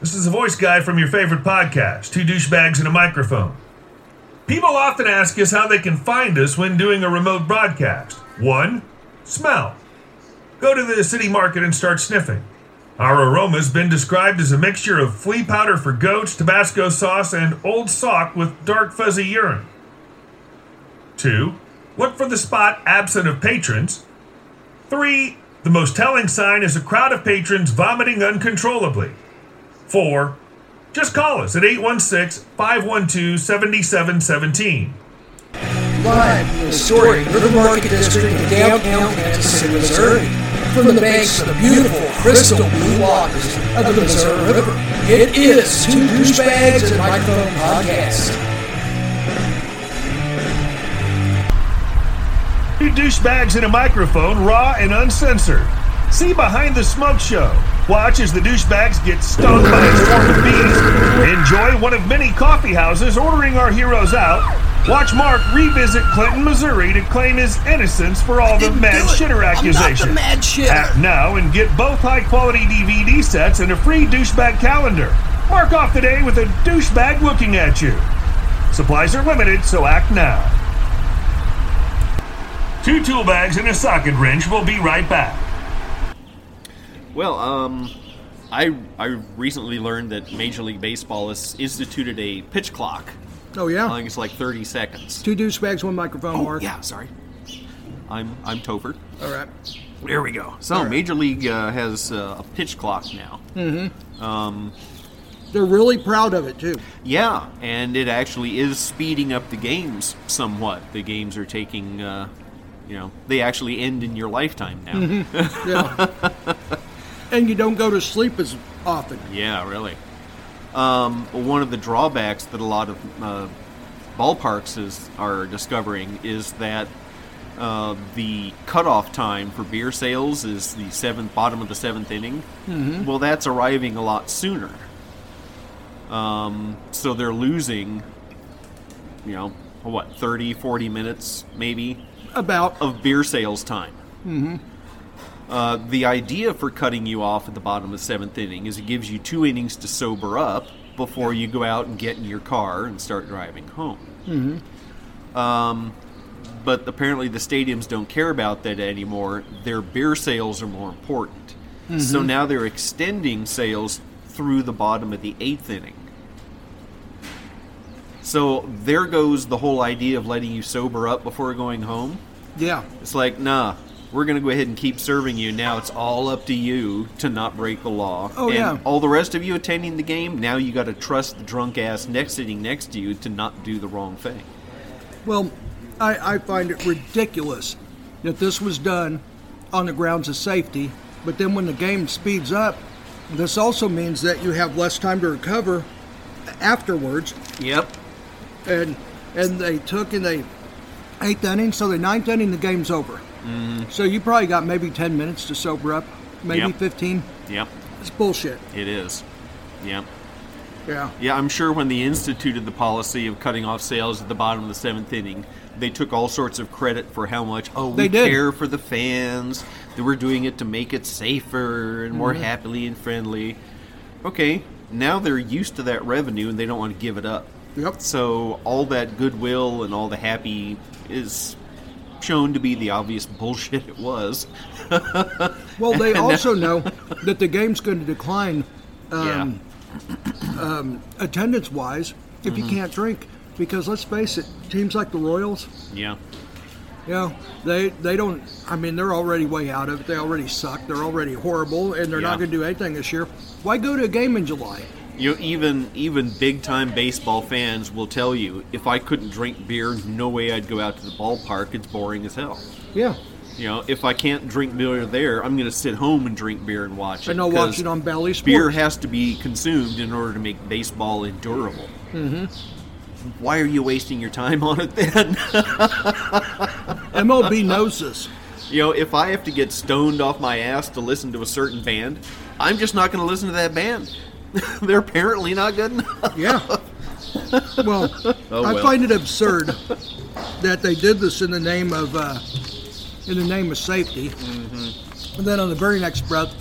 This is a voice guy from your favorite podcast, Two Douchebags and a Microphone. People often ask us how they can find us when doing a remote broadcast. One, smell. Go to the city market and start sniffing. Our aroma's been described as a mixture of flea powder for goats, Tabasco sauce, and old sock with dark fuzzy urine. Two, look for the spot absent of patrons. Three, the most telling sign is a crowd of patrons vomiting uncontrollably. Four, just call us at 816 512 7717. Live from the historic River Market District in downtown Kansas City, Missouri. From the banks of the beautiful crystal blue waters of the Missouri River, it is Two Douchebags and a Microphone Podcast. Two douchebags in a microphone, raw and uncensored. See Behind the Smoke Show. Watch as the douchebags get stung by a swarm of bees. Enjoy one of many coffee houses ordering our heroes out. Watch Mark revisit Clinton, Missouri to claim his innocence for all the didn't mad do it. shitter I'm not the accusations. mad shitter. Ah. Act now and get both high quality DVD sets and a free douchebag calendar. Mark off the day with a douchebag looking at you. Supplies are limited, so act now. Two tool bags and a socket wrench. We'll be right back. Well, um, I I recently learned that Major League Baseball has instituted a pitch clock. Oh I yeah, think it's like 30 seconds. two douchebags, one microphone. Mark. Yeah, sorry. I'm I'm Topher. All right. There we go. So Major League uh, has uh, a pitch clock now. They're really proud of it too. Yeah, and it actually is speeding up the games somewhat. The games are taking, uh, you know, they actually end in your lifetime now. Yeah. and you don't go to sleep as often. Yeah, really. Um, one of the drawbacks that a lot of uh, ballparks is are discovering is that uh, the cutoff time for beer sales is the seventh bottom of the seventh inning. Well, that's arriving a lot sooner. Um, so they're losing, you know, what 30, 40 minutes maybe About of beer sales time. Uh, the idea for cutting you off at the bottom of the seventh inning is it gives you two innings to sober up before you go out and get in your car and start driving home. Mm-hmm. Um, but apparently, the stadiums don't care about that anymore. Their beer sales are more important. So now they're extending sales through the bottom of the eighth inning. So there goes the whole idea of letting you sober up before going home. yeah. It's like, nah, we're going to go ahead and keep serving you. Now it's all up to you to not break the law. Oh, and yeah. all the rest of you attending the game, now you got to trust the drunk ass next sitting next to you to not do the wrong thing. Well, I, I find it ridiculous that this was done on the grounds of safety, but then when the game speeds up, this also means that you have less time to recover afterwards. Yep. And and they took in the eighth inning, so the ninth inning, the game's over. So you probably got maybe 10 minutes to sober up, maybe Yep. 15. Yep. It's bullshit. It is. Yep. Yeah. Yeah, I'm sure when they instituted the policy of cutting off sales at the bottom of the seventh inning, they took all sorts of credit for how much, oh, we They did. care for the fans, that we're doing it to make it safer and Mm-hmm. more happily and friendly. Okay, now they're used to that revenue and they don't want to give it up. Yep. So all that goodwill and all the happy is shown to be the obvious bullshit it was. Well, they also know that the game's going to decline yeah. Um, attendance wise if Mm-hmm. you can't drink because let's face it teams like the royals Yeah. you know they they don't i mean they're already way out of it they already suck they're already horrible and they're Yeah. not going to do anything this year why go to a game in july You know, even even big time baseball fans will tell you if I couldn't drink beer, no way I'd go out to the ballpark. It's boring as hell. yeah You know, if I can't drink beer there, I'm going to sit home and drink beer and watch it. and i'll watch 'cause it on belly sports beer has to be consumed in order to make baseball endurable. Mm-hmm. Why are you wasting your time on it then? mlb knows this you know, if I have to get stoned off my ass to listen to a certain band, I'm just not going to listen to that band. They're apparently not good enough. yeah well, Oh, i well. find it absurd that they did this in the name of uh, in Mm-hmm. the name of safety and then on the very next breath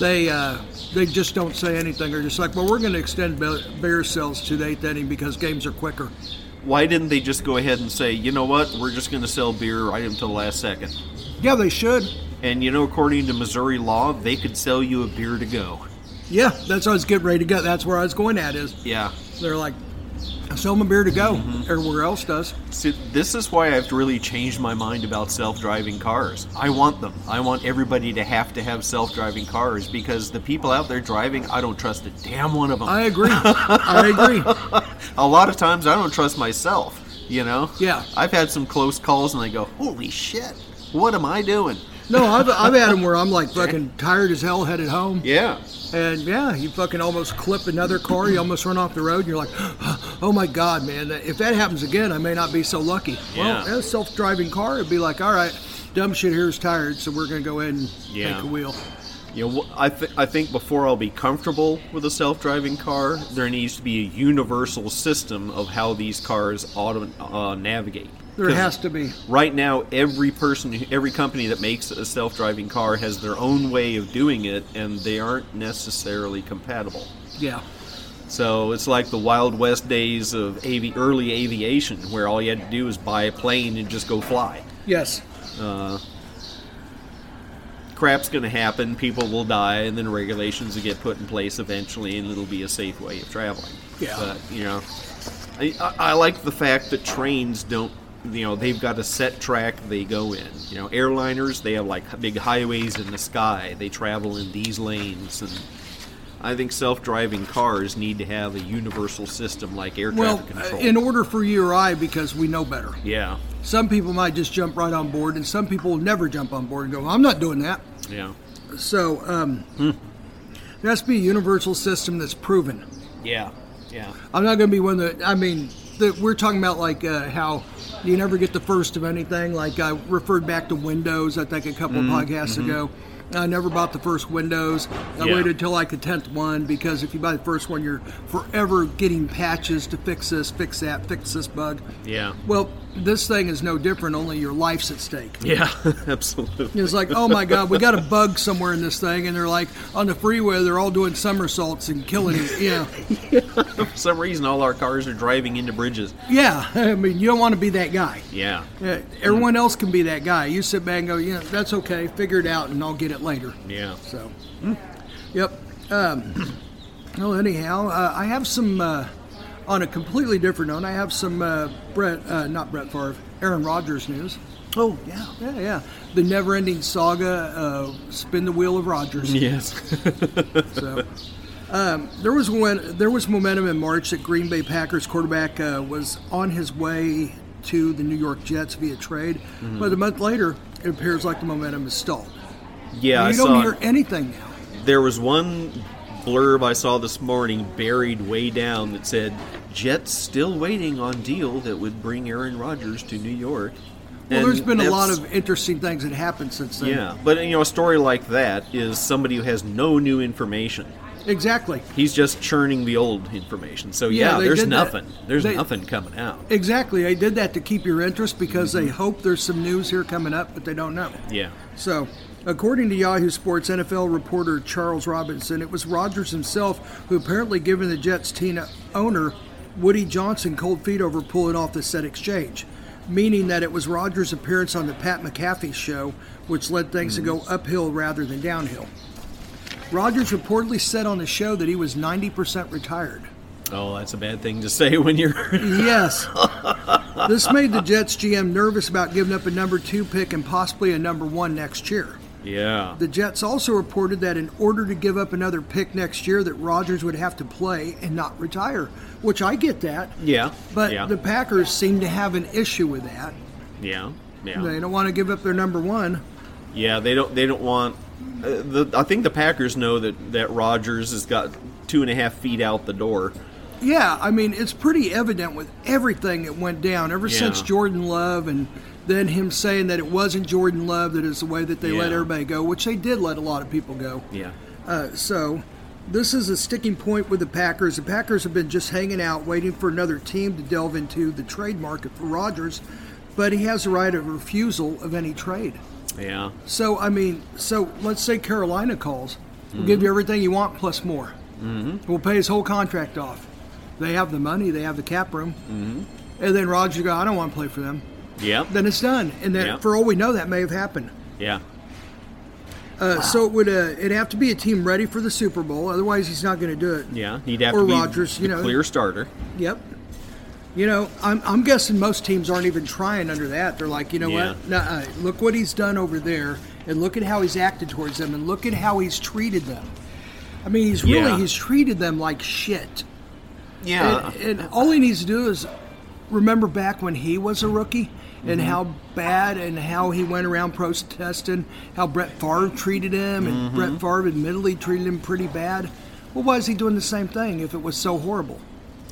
they uh, they just don't say anything. They're just like, well, we're going to extend be- beer sales to the eighth inning because games are quicker. Why didn't they just go ahead and say, you know what, we're just going to sell beer right until the last second? Yeah, they should. And you know, according to Missouri law, they could sell you a beer to go. Yeah, that's what I was getting ready to go. That's where I was going at is Yeah. they're like, sell them a beer to go. Mm-hmm. Everywhere else does. See, this is why I've really changed my mind about self-driving cars. I want them. I want everybody to have to have self-driving cars because the people out there driving, I don't trust a damn one of them. I agree. I agree. a lot of times, I don't trust myself. You know? Yeah. I've had some close calls, and I go, "Holy shit, what am I doing?" No, I've, I've had them where I'm like fucking tired as hell headed home. Yeah. And yeah, you fucking almost clip another car. You almost run off the road. And you're like, oh my God, man. If that happens again, I may not be so lucky. Yeah. Well, a self driving car would be like, all right, dumb shit here is tired. So we're going to go ahead and Yeah. take a wheel. You know, wh- I, th- I think before I'll be comfortable with a self driving car, there needs to be a universal system of how these cars auto- uh, navigate. There 'Cause has to be. Right now, every person, who- every company that makes a self driving car has their own way of doing it, and they aren't necessarily compatible. Yeah. So it's like the Wild West days of avi- early aviation, where all you had to do was buy a plane and just go fly. Yes. crap's going to happen, people will die, and then regulations will get put in place eventually, and it'll be a safe way of traveling. Yeah. But, you know, I, I I like the fact that trains don't, you know, they've got a set track they go in. You know, airliners, they have like big highways in the sky, they travel in these lanes, and. I think self-driving cars need to have a universal system like air Well, uh, traffic control. in order for you or I, because we know better. yeah, Some people might just jump right on board, and some people will never jump on board and go, I'm not doing that. yeah, So, um, there has to be a universal system that's proven. yeah, yeah, I'm not going to be one that, I mean, the, we're talking about like uh, how you never get the first of anything. Like I referred back to Windows, I think, a couple of podcasts ago. I never bought the first Windows. I Yeah. waited till like the 10th one because if you buy the first one, you're forever getting patches to fix this, fix that, fix this bug. yeah, Well, this thing is no different, only your life's at stake. yeah, absolutely. It's like, oh my God, we got a bug somewhere in this thing, and they're like on the freeway, they're all doing somersaults and killing it. Yeah, For some reason, all our cars are driving into bridges. yeah. I mean, you don't want to be that guy. Yeah. Yeah, everyone else can be that guy. You sit back and go, yeah, that's okay. Figure it out, and I'll get it later. Yeah. So, yep. Um, well, anyhow, uh, I have some uh, on a completely different note. I have some uh, Brett, uh, not Brett Favre, Aaron Rodgers news. Oh, yeah. Yeah, yeah. The never-ending saga, uh, spin the wheel of Rodgers. Yes. So, um, there was one. There was momentum in March that Green Bay Packers quarterback uh, was on his way to the New York Jets via trade, Mm-hmm. but a month later, it appears like the momentum has stalled. Yeah, I you don't saw hear anything now. there was one blurb I saw this morning buried way down that said Jets still waiting on deal that would bring Aaron Rodgers to New York. Well, And there's been a lot that's- of interesting things that happened since then. Yeah, but you know, a story like that is somebody who has no new information. exactly. He's just churning the old information. So Yeah, yeah, they there's did that. nothing. There's They- nothing coming out. Exactly. They did that to keep your interest because Mm-hmm. they hope there's some news here coming up, but they don't know. Yeah. So, according to Yahoo Sports NFL reporter Charles Robinson, it was Rodgers himself who apparently given the Jets team owner Woody Johnson cold feet over pulling off the said exchange, meaning that it was Rodgers' appearance on the Pat McAfee show which led things to go uphill rather than downhill. Rodgers reportedly said on the show that he was 90% retired. Oh, that's a bad thing to say when you're Yes. this made the Jets GM nervous about giving up a number two pick and possibly a number one next year. Yeah. The Jets also reported that in order to give up another pick next year, that Rodgers would have to play and not retire, which I get that. Yeah. But yeah. the Packers seem to have an issue with that. Yeah. Yeah. They don't want to give up their number one. Yeah, they don't. They don't want. Uh, the, I think the Packers know that that Rodgers has got two and a half feet out the door. Yeah, I mean, it's pretty evident with everything that went down ever Yeah. since Jordan Love and then him saying that it wasn't Jordan Love that is the way that they let Yeah. everybody go, which they did let a lot of people go. Yeah. Uh, so, this is a sticking point with the Packers. The Packers have been just hanging out, waiting for another team to delve into the trade market for Rodgers, but he has the right of refusal of any trade. Yeah. So, I mean, so let's say Carolina calls. We'll give you everything you want plus more. We'll pay his whole contract off. They have the money. They have the cap room. And then Roger go, I don't want to play for them. Yeah. Then it's done. And that, Yeah. for all we know, that may have happened. Yeah. Uh, So it would uh, it'd have to be a team ready for the Super Bowl. Otherwise, he's not going to do it. Yeah. He'd have Or to be Rodgers, the you know. clear starter. Yep. You know, I'm, I'm guessing most teams aren't even trying under that. They're like, you know Yeah. what? Nuh-uh. Look what he's done over there, and look at how he's acted towards them, and look at how he's treated them. I mean, he's really Yeah. he's treated them like shit. Yeah. and, and all he needs to do is remember back when he was a rookie and Mm-hmm. how bad and how he went around protesting how Brett Favre treated him, and Mm-hmm. Brett Favre admittedly treated him pretty bad. Well, why is he doing the same thing if it was so horrible?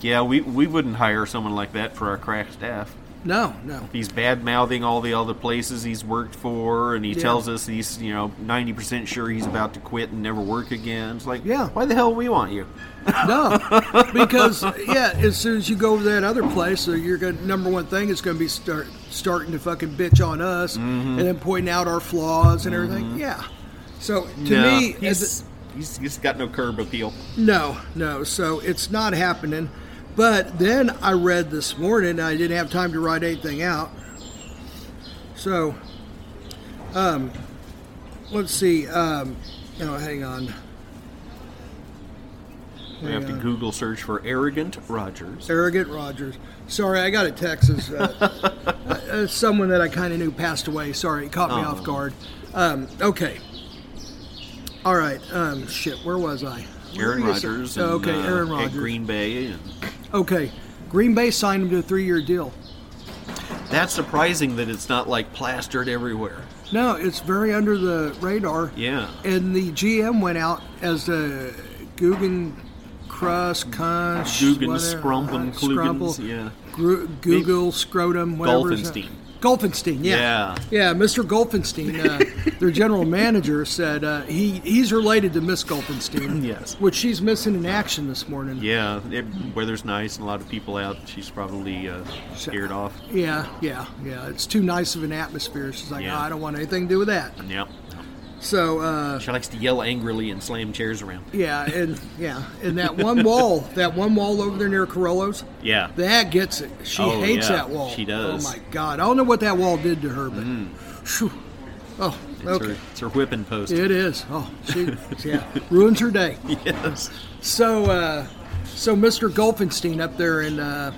yeah. We we wouldn't hire someone like that for our crack staff. No, no. He's bad mouthing all the other places he's worked for, and he Yeah. tells us he's you know ninety percent sure he's about to quit and never work again. It's like, Yeah. why the hell we want you? No, because yeah, as soon as you go to that other place, so you're gonna number one thing is gonna be start starting to fucking bitch on us and then pointing out our flaws and everything. Yeah. So to Nah, me, as he's, he's he's got no curb appeal. a- no, no. So it's not happening. But then I read this morning. I didn't have time to write anything out. So, um, let's see. Um, oh, hang on. We have to Google search for arrogant Rogers. Arrogant Rogers. Sorry, I got a text. As, uh, uh, someone that I kind of knew passed away. Sorry, it caught me Oh. off guard. Um, okay. All right. Um, shit, where was I? Where Aaron were you sa- Rodgers. Oh, okay, and, uh, Aaron at Rodgers. Green Bay, and Okay, Green Bay signed him to a three-year deal. that's surprising that it's not like plastered everywhere. No, it's very under the radar. Yeah. And the GM went out as the Guggen Crust, Kunch, Guggen, whatever, uh, Scrumpum, Klugens, yeah. Gru- Google, Scrotum, whatever. his Golfenstein. name- Golfenstein, yeah. Yeah, Mr. Golfenstein, uh, their general manager, said uh, he, he's related to Miss Golfenstein. Yes. Which she's missing in action this morning. Yeah, it, weather's nice and a lot of people out. She's probably uh, scared off. Yeah, yeah, yeah. It's too nice of an atmosphere. She's like, Yeah. "Oh, I don't want anything to do with that. Yep. So, uh, She likes to yell angrily and slam chairs around. Yeah, and yeah, and that one wall, that one wall over there near Corollo's, Yeah. that gets it. She Oh, hates yeah, that wall. she does. Mm-hmm. Oh my god, I don't know what that wall did to her, but phew. oh, It's, her, okay, it's her whipping post. it is. Oh, she yeah ruins her day. Yes. So, uh, so Mr. Golfenstein up there in uh,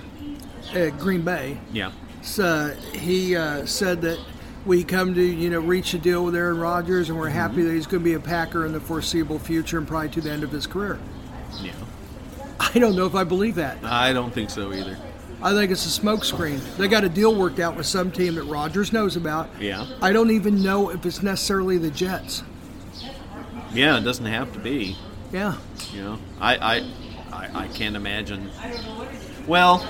at Green Bay, Yeah. uh, he uh, said that we come to you know reach a deal with Aaron Rodgers, and we're happy Mm-hmm. that he's going to be a Packer in the foreseeable future and probably to the end of his career. Yeah. I don't know if I believe that. I don't think so either. I think it's a smokescreen. They got a deal worked out with some team that Rogers knows about. Yeah. I don't even know if it's necessarily the Jets. Yeah, it doesn't have to be. Yeah. You know, I, I, I, I can't imagine. Well,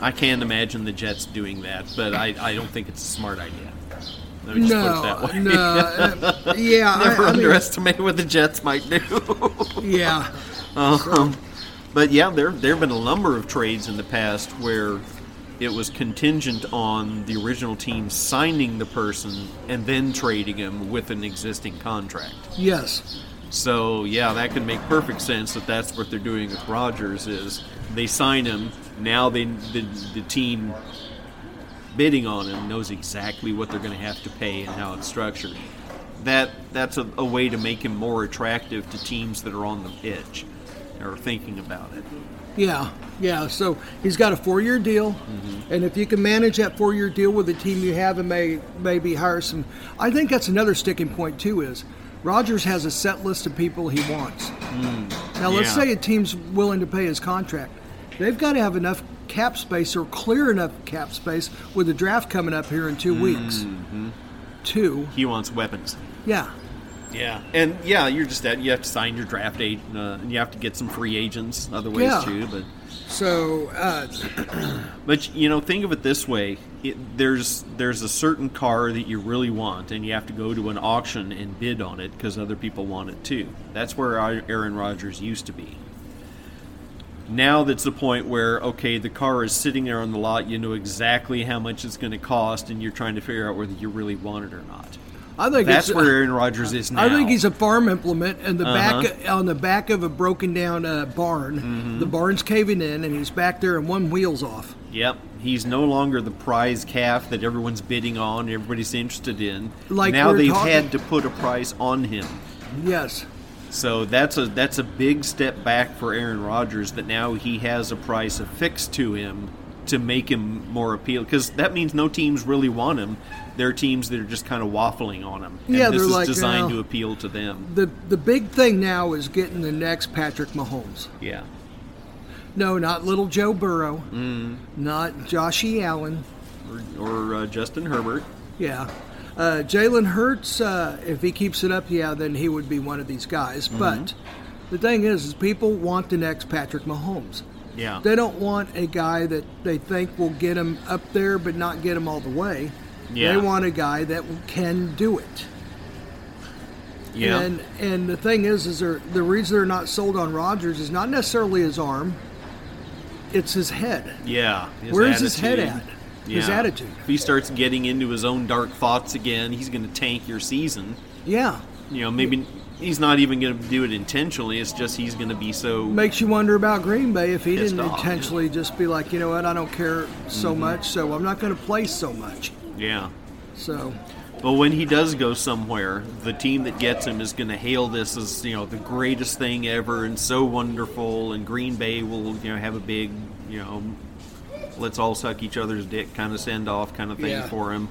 I can't imagine the Jets doing that, but I, I don't think it's a smart idea. Let me just no. put it that way. No. uh, yeah. I- Never I, mean, underestimate what the Jets might do. yeah. Um, but yeah, there there have been a number of trades in the past where it was contingent on the original team signing the person and then trading him with an existing contract. Yes. So yeah, that could make perfect sense that that's what they're doing with Rogers is they sign him now. They the, the team bidding on him knows exactly what they're going to have to pay and how it's structured. That that's a, a way to make him more attractive to teams that are on the edge or thinking about it. Yeah. Yeah. So he's got a four-year deal, Mm-hmm. and if you can manage that four-year deal with the team you have, and may maybe hire some. I think that's another sticking point too. Is Rogers has a set list of people he wants. Now let's Mm. Yeah. say a team's willing to pay his contract. They've got to have enough cap space or clear enough cap space with the draft coming up here in 2 weeks. Mm-hmm. Two, He wants weapons. yeah, Yeah, and yeah, you're just that. You have to sign your draft date, uh, and you have to get some free agents, other ways Yeah. too. But so uh, But you know, think of it this way: it, there's there's a certain car that you really want, and you have to go to an auction and bid on it because other people want it too. That's where I- Aaron Rodgers used to be. Now that's the point where okay, the car is sitting there on the lot. You know exactly how much it's going to cost, and you're trying to figure out whether you really want it or not. I think That's it's, uh, where Aaron Rodgers is now. I think he's a farm implement, and the back on the back of a broken down uh, barn. The barn's caving in, and he's back there, and one wheel's off. Yep, he's no longer the prize calf that everyone's bidding on, everybody's interested in. Like now we're they've talking- had to put a price on him. Yes, So that's a that's a big step back for Aaron Rodgers that now he has a price affixed to him to make him more appeal because that means no teams really want him. There are teams that are just kind of waffling on him. And Yeah, this they're is like, designed you know- to appeal to them. the the big thing now is getting the next Patrick Mahomes. Yeah. No, not little Joe Burrow, not Joshy Allen. Or, or uh, Justin Herbert. Yeah. Uh, Jalen Hurts, uh, if he keeps it up, yeah, then he would be one of these guys. But the thing is, is people want the next Patrick Mahomes. Yeah. They don't want a guy that they think will get him up there, but not get him all the way. Yeah. They want a guy that can do it. yeah. And and the thing is, is they're, the reason they're not sold on Rodgers is not necessarily his arm; it's his head. Yeah. his Where's his head attitude. at? His attitude. If he starts getting into his own dark thoughts again, he's going to tank your season. Yeah, You know, maybe he's not even going to do it intentionally. It's just he's going to be so. makes you wonder about Green Bay if he Pissed didn't off, Mm-hmm. intentionally just be like, you know what, I don't care so much, so I'm not going to play so much. yeah. So But when he does go somewhere, the team that gets him is going to hail this as you know the greatest thing ever and so wonderful. And Green Bay will you know have a big you know let's all suck each other's dick kind of send off kind of thing Yeah. for him.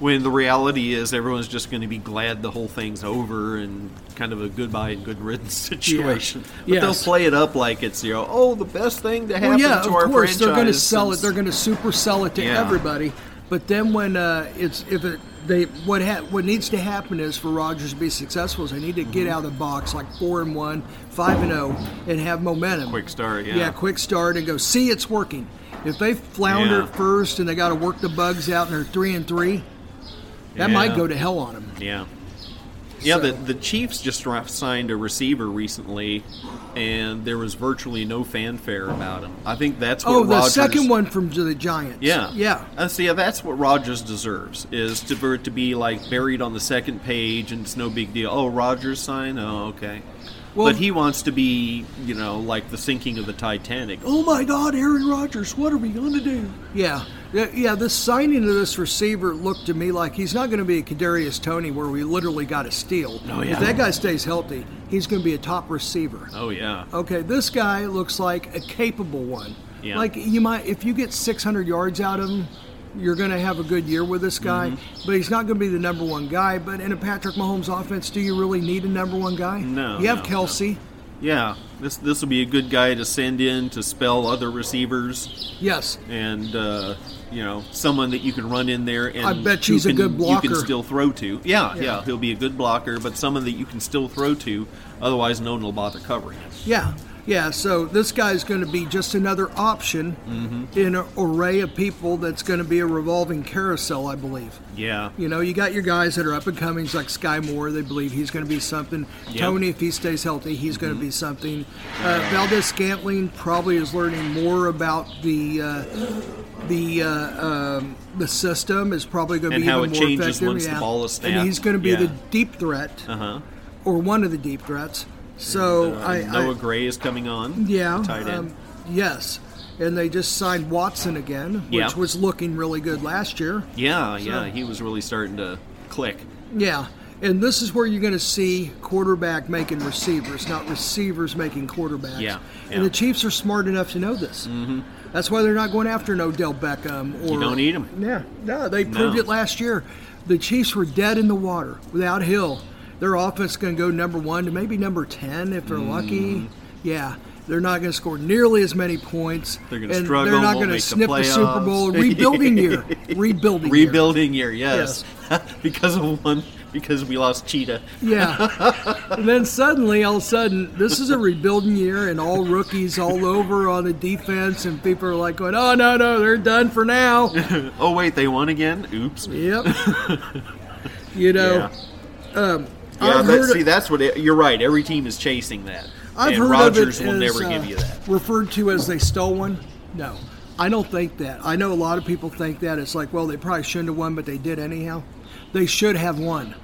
When the reality is, everyone's just going to be glad the whole thing's over and kind of a goodbye and good riddance situation. But Yes. they'll play it up like it's you know oh the best thing to well, happen yeah, of to our course they're going to franchise sell it. since- They're going to super sell it to Yeah. everybody. But then when uh, it's if it they what ha- what needs to happen is for Rodgers to be successful is they need to get Mm-hmm. out of the box like four and one, five and zero, and have momentum. quick start. Yeah, yeah, quick start and go see it's working. If they flounder Yeah. at first and they got to work the bugs out and they're three and three, that might Yeah. go to hell on them. Yeah. Yeah, So- the, the Chiefs just ra- signed a receiver recently, and there was virtually no fanfare about him. I think that's what Oh, the Rodgers- second one from the Giants. Yeah, yeah. Uh, see, yeah, that's what Rogers deserves is to for it to be like buried on the second page, and it's no big deal. Oh, Rogers sign. Oh, okay. Well- but he wants to be, you know, like the sinking of the Titanic. Oh my God, Aaron Rodgers, what are we gonna do? Yeah. Yeah, yeah, the signing of this receiver looked to me like he's not going to be a Kadarius Tony, where we literally got a steal. Oh, yeah. If that guy stays healthy, he's going to be a top receiver. Oh yeah, Okay, this guy looks like a capable one. Yeah. Like you might, if you get 600 yards out of him, you're going to have a good year with this guy. Mm-hmm. But he's not going to be the number one guy. But in a Patrick Mahomes offense, do you really need a number one guy? No, You have no, no. Kelsey. yeah. This this will be a good guy to send in to spell other receivers. Yes. and uh, you know someone that you can run in there and I bet you he's a can- good You blocker. can still throw to. Yeah, Yeah. yeah, he'll be a good blocker, but someone that you can still throw to. Otherwise, no one will bother covering it. Yeah, yeah. So this guy's going to be just another option Mm-hmm. in an array of people that's going to be a revolving carousel, I believe. Yeah, You know, you got your guys that are up and comings like Sky Moore. They believe he's going to be something. Tony, if he stays healthy, he's going Mm-hmm. to be something. Uh, Valdez Scantling probably is learning more about the uh, the uh, um, the system. Is probably going to And be how even it more changes effective. once the yeah. ball is And snapped. he's going to be the Yeah. deep threat, uh-huh. Uh, or one of the deep threats. So I, Noah I Gray is coming on. yeah. tight end. um, yes. And they just signed Watson again, which Yeah. was looking really good last year. yeah, yeah, he was really starting to click. Yeah. And this is where you're going to see quarterback making receivers, not receivers making quarterbacks. Yeah, And yeah. the Chiefs are smart enough to know this. Mm-hmm. That's why they're not going after an Odell Beckham or. You don't need him. Yeah. No, they proved No. it last year. The Chiefs were dead in the water without Hill. Their offense going to go number one to maybe number 10 if they're Mm. lucky. Yeah. They're not going to score nearly as many points. They're gonna and struggle, They're not going won't to make the sniff the Super playoffs. Bowl. Rebuilding year. Rebuilding year. Rebuilding year, yes, because of one because we lost Cheetah. Yeah. and then suddenly, all of a sudden, this is a rebuilding year, and all rookies all over on the defense, and people are like going, "Oh no, no, they're done for now." Oh wait, they won again. Oops. yep. You know, um, Yeah. I've Yeah, heard but of- see, that's what it, you're right. Every team is chasing that, I've and heard Rodgers of it will as, never uh, give you that. Referred to as they stole one. No, I don't think that. I know a lot of people think that. It's like, well, they probably shouldn't have won, but they did anyhow. They should have won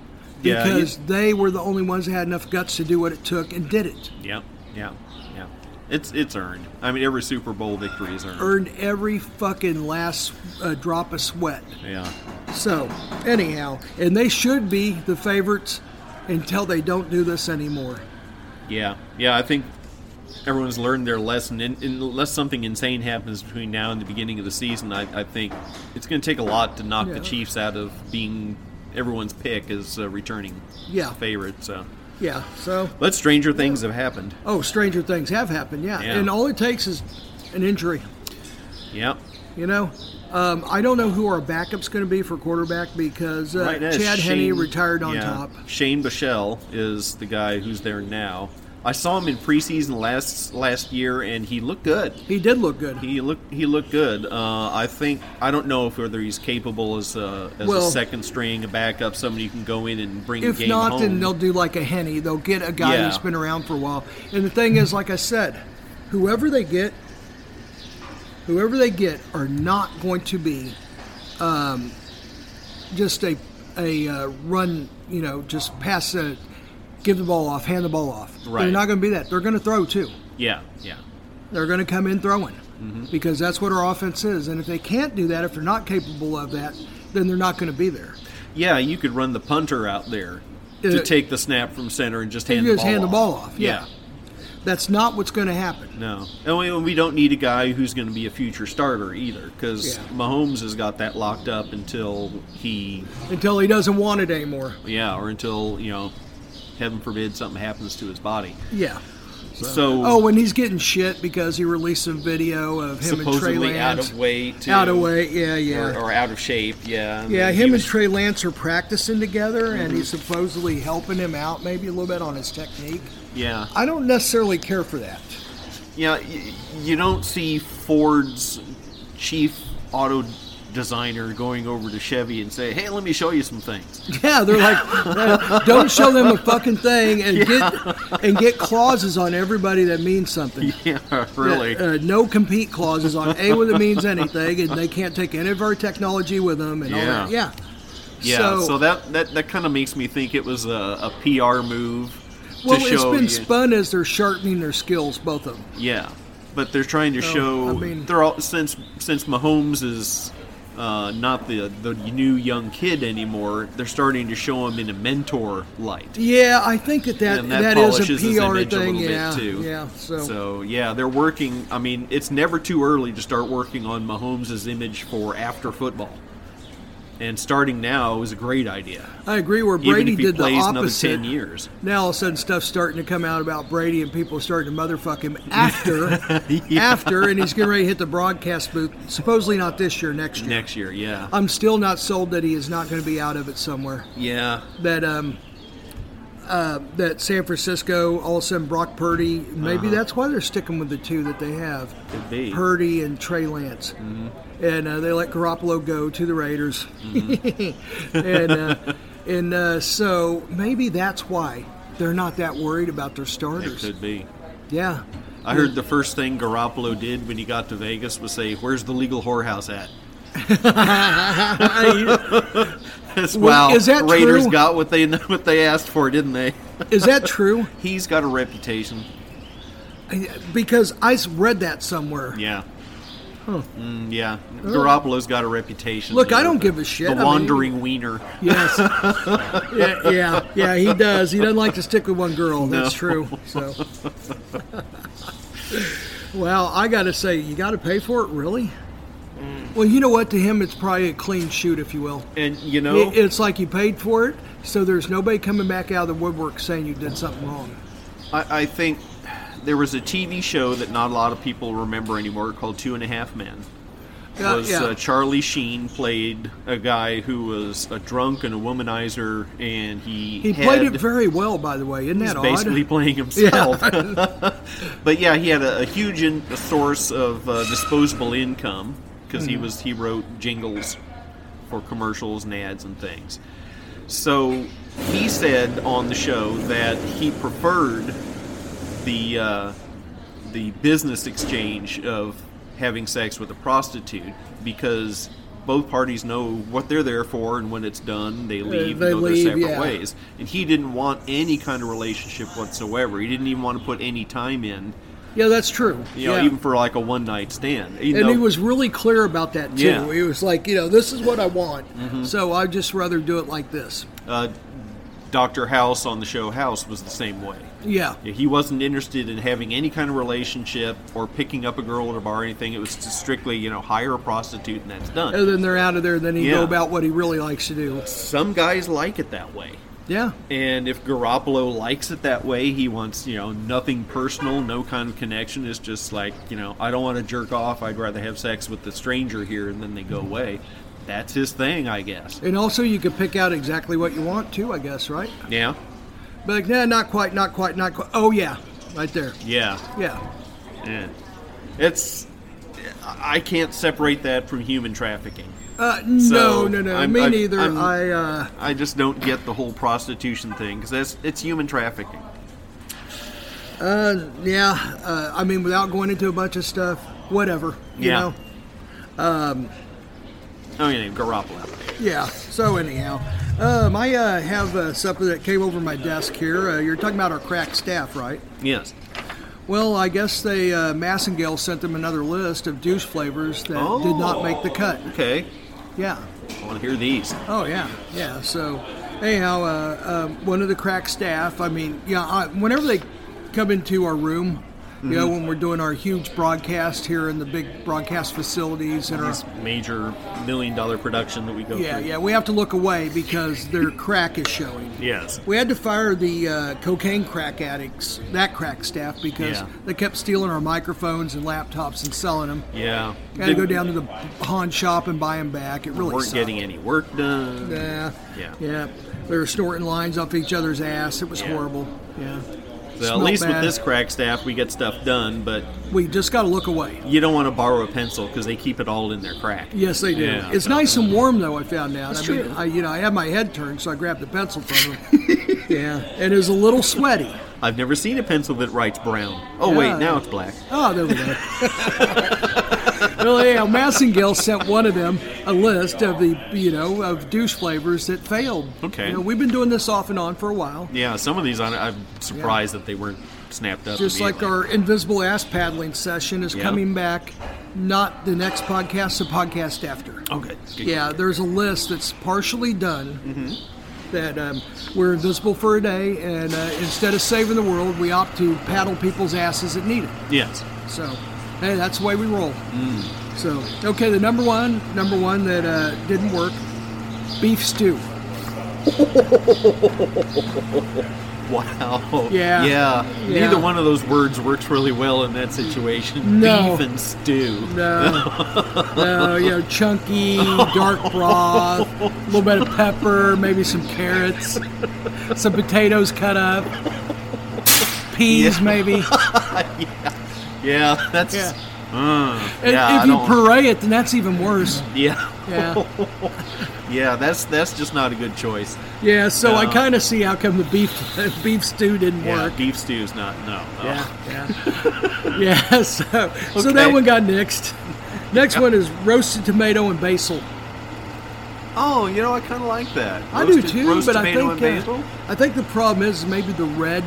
Yeah, you- because they were the only ones that had enough guts to do what it took and did it. Yep, yeah, yeah. It's it's earned. I mean, every Super Bowl victory is earned. Earned every fucking last uh, drop of sweat. Yeah, So, anyhow, and they should be the favorites until they don't do this anymore. yeah, yeah. I think everyone's learned their lesson. And and unless something insane happens between now and the beginning of the season, I, I think it's going to take a lot to knock Yeah. the Chiefs out of being everyone's pick as a returning Yeah. favorite. So, Yeah. So, but stranger things have happened. oh, stranger things have happened. Yeah. Yeah. And all it takes is an injury. Yep. You know, um, I don't know who our backup's going to be for quarterback because uh, Right, that is Chad Henney Shane- retired on yeah, top. Shane Bichelle is the guy who's there now. I saw him in preseason last last year, and he looked good. He did look good. He looked he looked good. Uh, I think I don't know if whether he's capable as a, as Well- a second string, a backup, somebody you can go in and bring if the game not, home. then they'll do like a Henny. They'll get a guy Yeah. who's been around for a while. And the thing is, like I said, whoever they get, whoever they get, are not going to be um, just a a uh, run. You know, just pass the, give the ball off, hand the ball off. They're Right. not going to be that. They're going to throw too. yeah, yeah, They're going to come in throwing Mm-hmm. because that's what our offense is. And if they can't do that, if they're not capable of that, then they're not going to be there. yeah. You could run the punter out there Uh, to take the snap from center and just hand you the just ball hand off. the ball off, yeah. Yeah. That's not what's going to happen. No, and we, we don't need a guy who's going to be a future starter either, because Yeah. Mahomes has got that locked up until he, until he doesn't want it anymore. yeah, or until you know, heaven forbid something happens to his body. Yeah. So Oh, when he's getting shit because he released some video of him and Trey supposedly out Lance of weight, too. Out of weight, yeah, yeah. or, or out of shape. Yeah, and yeah, then him he and was- Mm-hmm. Trey Lance are practicing together, and he's supposedly helping him out maybe a little bit on his technique. Yeah, I don't necessarily care for that. yeah. You, you don't see Ford's chief auto designer going over to Chevy and say, "Hey, let me show you some things." Yeah, they're like, don't show them a fucking thing and get and get clauses on everybody that means something. yeah, really. uh, uh, no compete clauses on A whether it means anything, and they can't take any of our technology with them, and all Yeah. that. Yeah. Yeah, so, that that, that kind of makes me think it was a, a PR move well, to it's show. been you- spun as they're sharpening their skills, both of them. yeah, but they're trying to show. I mean- they're all since since Mahomes is uh, not the the new young kid anymore. They're starting to show him in a mentor light. Yeah, I think that that, And that that is polishes a his PR image a thing. little bit, yeah, too. yeah. So, So yeah, they're working. I mean, it's never too early to start working on Mahomes' image for after football, and starting now is a great idea. I agree. Where Even Brady if he did the plays another opposite. ten years. Now all of a sudden stuff's starting to come out about Brady and people are starting to motherfuck him after, after, and he's getting ready to hit the broadcast booth. Supposedly not this year, next year. Next year, yeah, I'm still not sold that he is not going to be out of it somewhere. yeah, that um, uh, that San Francisco all of a sudden Brock Purdy. Maybe that's why they're sticking with the two that they have, could be. Purdy and Trey Lance, and uh, they let Garoppolo go to the Raiders, and uh, and uh, so maybe that's why they're not that worried about their It starters. could be. Yeah. I heard the first thing Garoppolo did when he got to Vegas was say, "Where's the legal whorehouse at?" That's- Well, wow, is that Raiders true? got what they what they asked for, didn't they? Is that true? He's got a reputation. Because I s- read that somewhere. Yeah. Mm, yeah, Garoppolo's got a reputation. Look, I you know, don't the- give a shit. I The mean, wandering wiener. Yes. yeah, yeah, yeah, he does. He doesn't like to stick with one girl. That's true. So. well, I got to say, you got to pay for it, really? Mm. Well, you know what? To him, it's probably a clean shoot, if you will. And you know, It- It's like you paid for it, so there's nobody coming back out of the woodwork saying you did something wrong. I, I think there was a TV show that not a lot of people remember anymore called Two and a Half Men. Yeah, was yeah. Uh, Charlie Sheen played a guy who was a drunk and a womanizer, and he He had- played it very well, by the way. Isn't he's that basically odd? playing himself. but yeah, he had a, a huge in, a source of uh, disposable income because Mm-hmm. he was he wrote jingles for commercials and ads and things. So he said on the show that he preferred the uh, the business exchange of having sex with a prostitute because both parties know what they're there for, and when it's done, they leave. they and go leave, their separate yeah. ways. And he didn't want any kind of relationship whatsoever. He didn't even want to put any time in, Yeah, that's true. you know, yeah. even for like a one night stand. You and know, he was really clear about that too. Yeah. Mm-hmm. He was like, you know, this is what I want, so I'd just rather do it like this. uh, Doctor House on the show House was the same way. Yeah, Yeah, He wasn't interested in having any kind of relationship or picking up a girl at a bar or anything. It was just strictly, you know, hire a prostitute and that's done. and then they're out of there. Then he go Yeah. about what he really likes to do. Some guys like it that way. Yeah, And if Garoppolo likes it that way, he wants, you know, nothing personal, no kind of connection. It's just like, you know, I don't want to jerk off. I'd rather have sex with the stranger here and then they go away. That's his thing, I guess. and also you could pick out exactly what you want too. I guess right. Yeah? But like, nah, not quite, not quite, not quite. Oh yeah, right there. Yeah. Yeah, yeah. It's. I can't separate that from human trafficking. uh, no, So, no, no. I'm- me I'm- neither. I'm- I uh, I just don't get the whole prostitution thing because that's it's human trafficking. yeah. Uh, I mean, without going into a bunch of stuff, whatever. You Yeah. know. Oh, you know, Garoppolo. Yeah. So anyhow, um, I uh, have uh, something that came over my desk here. Uh, you're talking about our crack staff, right? Yes. Well, I guess they uh, Massengale sent them another list of juice flavors that did not make the cut. Okay. Yeah. I want to hear these. Oh yeah. Yeah. So anyhow, uh, um, one of the crack staff. I mean, yeah. I, whenever they come into our room. You know, when we're doing our huge broadcast here in the big broadcast facilities and our This major million dollar production that we go Yeah, through. yeah, we have to look away because their crack is showing. Yes. We had to fire the uh, cocaine crack addicts, that crack staff, because Yeah. they kept stealing our microphones and laptops and selling them. Yeah. Got to go down to the pawn shop and buy them back. It really weren't sucked. getting any work done. Yeah, Yeah. yeah. They were snorting lines off each other's ass. It was Yeah. horrible. Yeah. so Smelled at least bad. with this crack staff, we get stuff done, but we just got to look away. you don't want to borrow a pencil because they keep it all in their crack. Yes, they do. Yeah, it's no. nice and warm, though. I found out. That's I mean, true. I, you know, I had my head turned, so I grabbed the pencil from him. yeah, and it was a little sweaty. I've never seen a pencil that writes brown. Oh, Yeah. wait, now it's black. Oh, there we go. well, yeah, Massingale sent one of them a list of the, you know, of douche flavors that failed. Okay. You know, we've been doing this off and on for a while. Yeah, some of these I, I'm surprised that they weren't snapped up. Just like immediately. our invisible ass paddling session is Yeah. coming back, not the next podcast, the podcast after. Okay. Mm-hmm. good. Yeah, there's a list that's partially done. That um, we're invisible for a day, and uh, instead of saving the world, we opt to paddle people's asses that need it. Yes. So, hey, that's the way we roll. Mm. So, okay, the number one, number one that uh, didn't work, beef stew. Wow. Yeah. Yeah. Yeah. Neither one of those words works really well in that situation. No. Beef and stew. No, no, you know, chunky, dark broth, a little bit of pepper, maybe some carrots, some potatoes cut up, peas maybe. Yeah, that's. Yeah. Mm, And yeah, I if you don't- puree it, then that's even worse. yeah, Yeah, yeah, that's that's just not a good choice. yeah. So I No. kind of see how come the beef beef stew didn't Yeah, work. beef stew's not no. no. Yeah, yeah. yeah so, so that Okay. one got nixed. Next one is roasted tomato and basil. Oh, you know, I kind of like that. I do Roasted- too, roast but I tomato think and uh, basil? I think the problem is maybe the red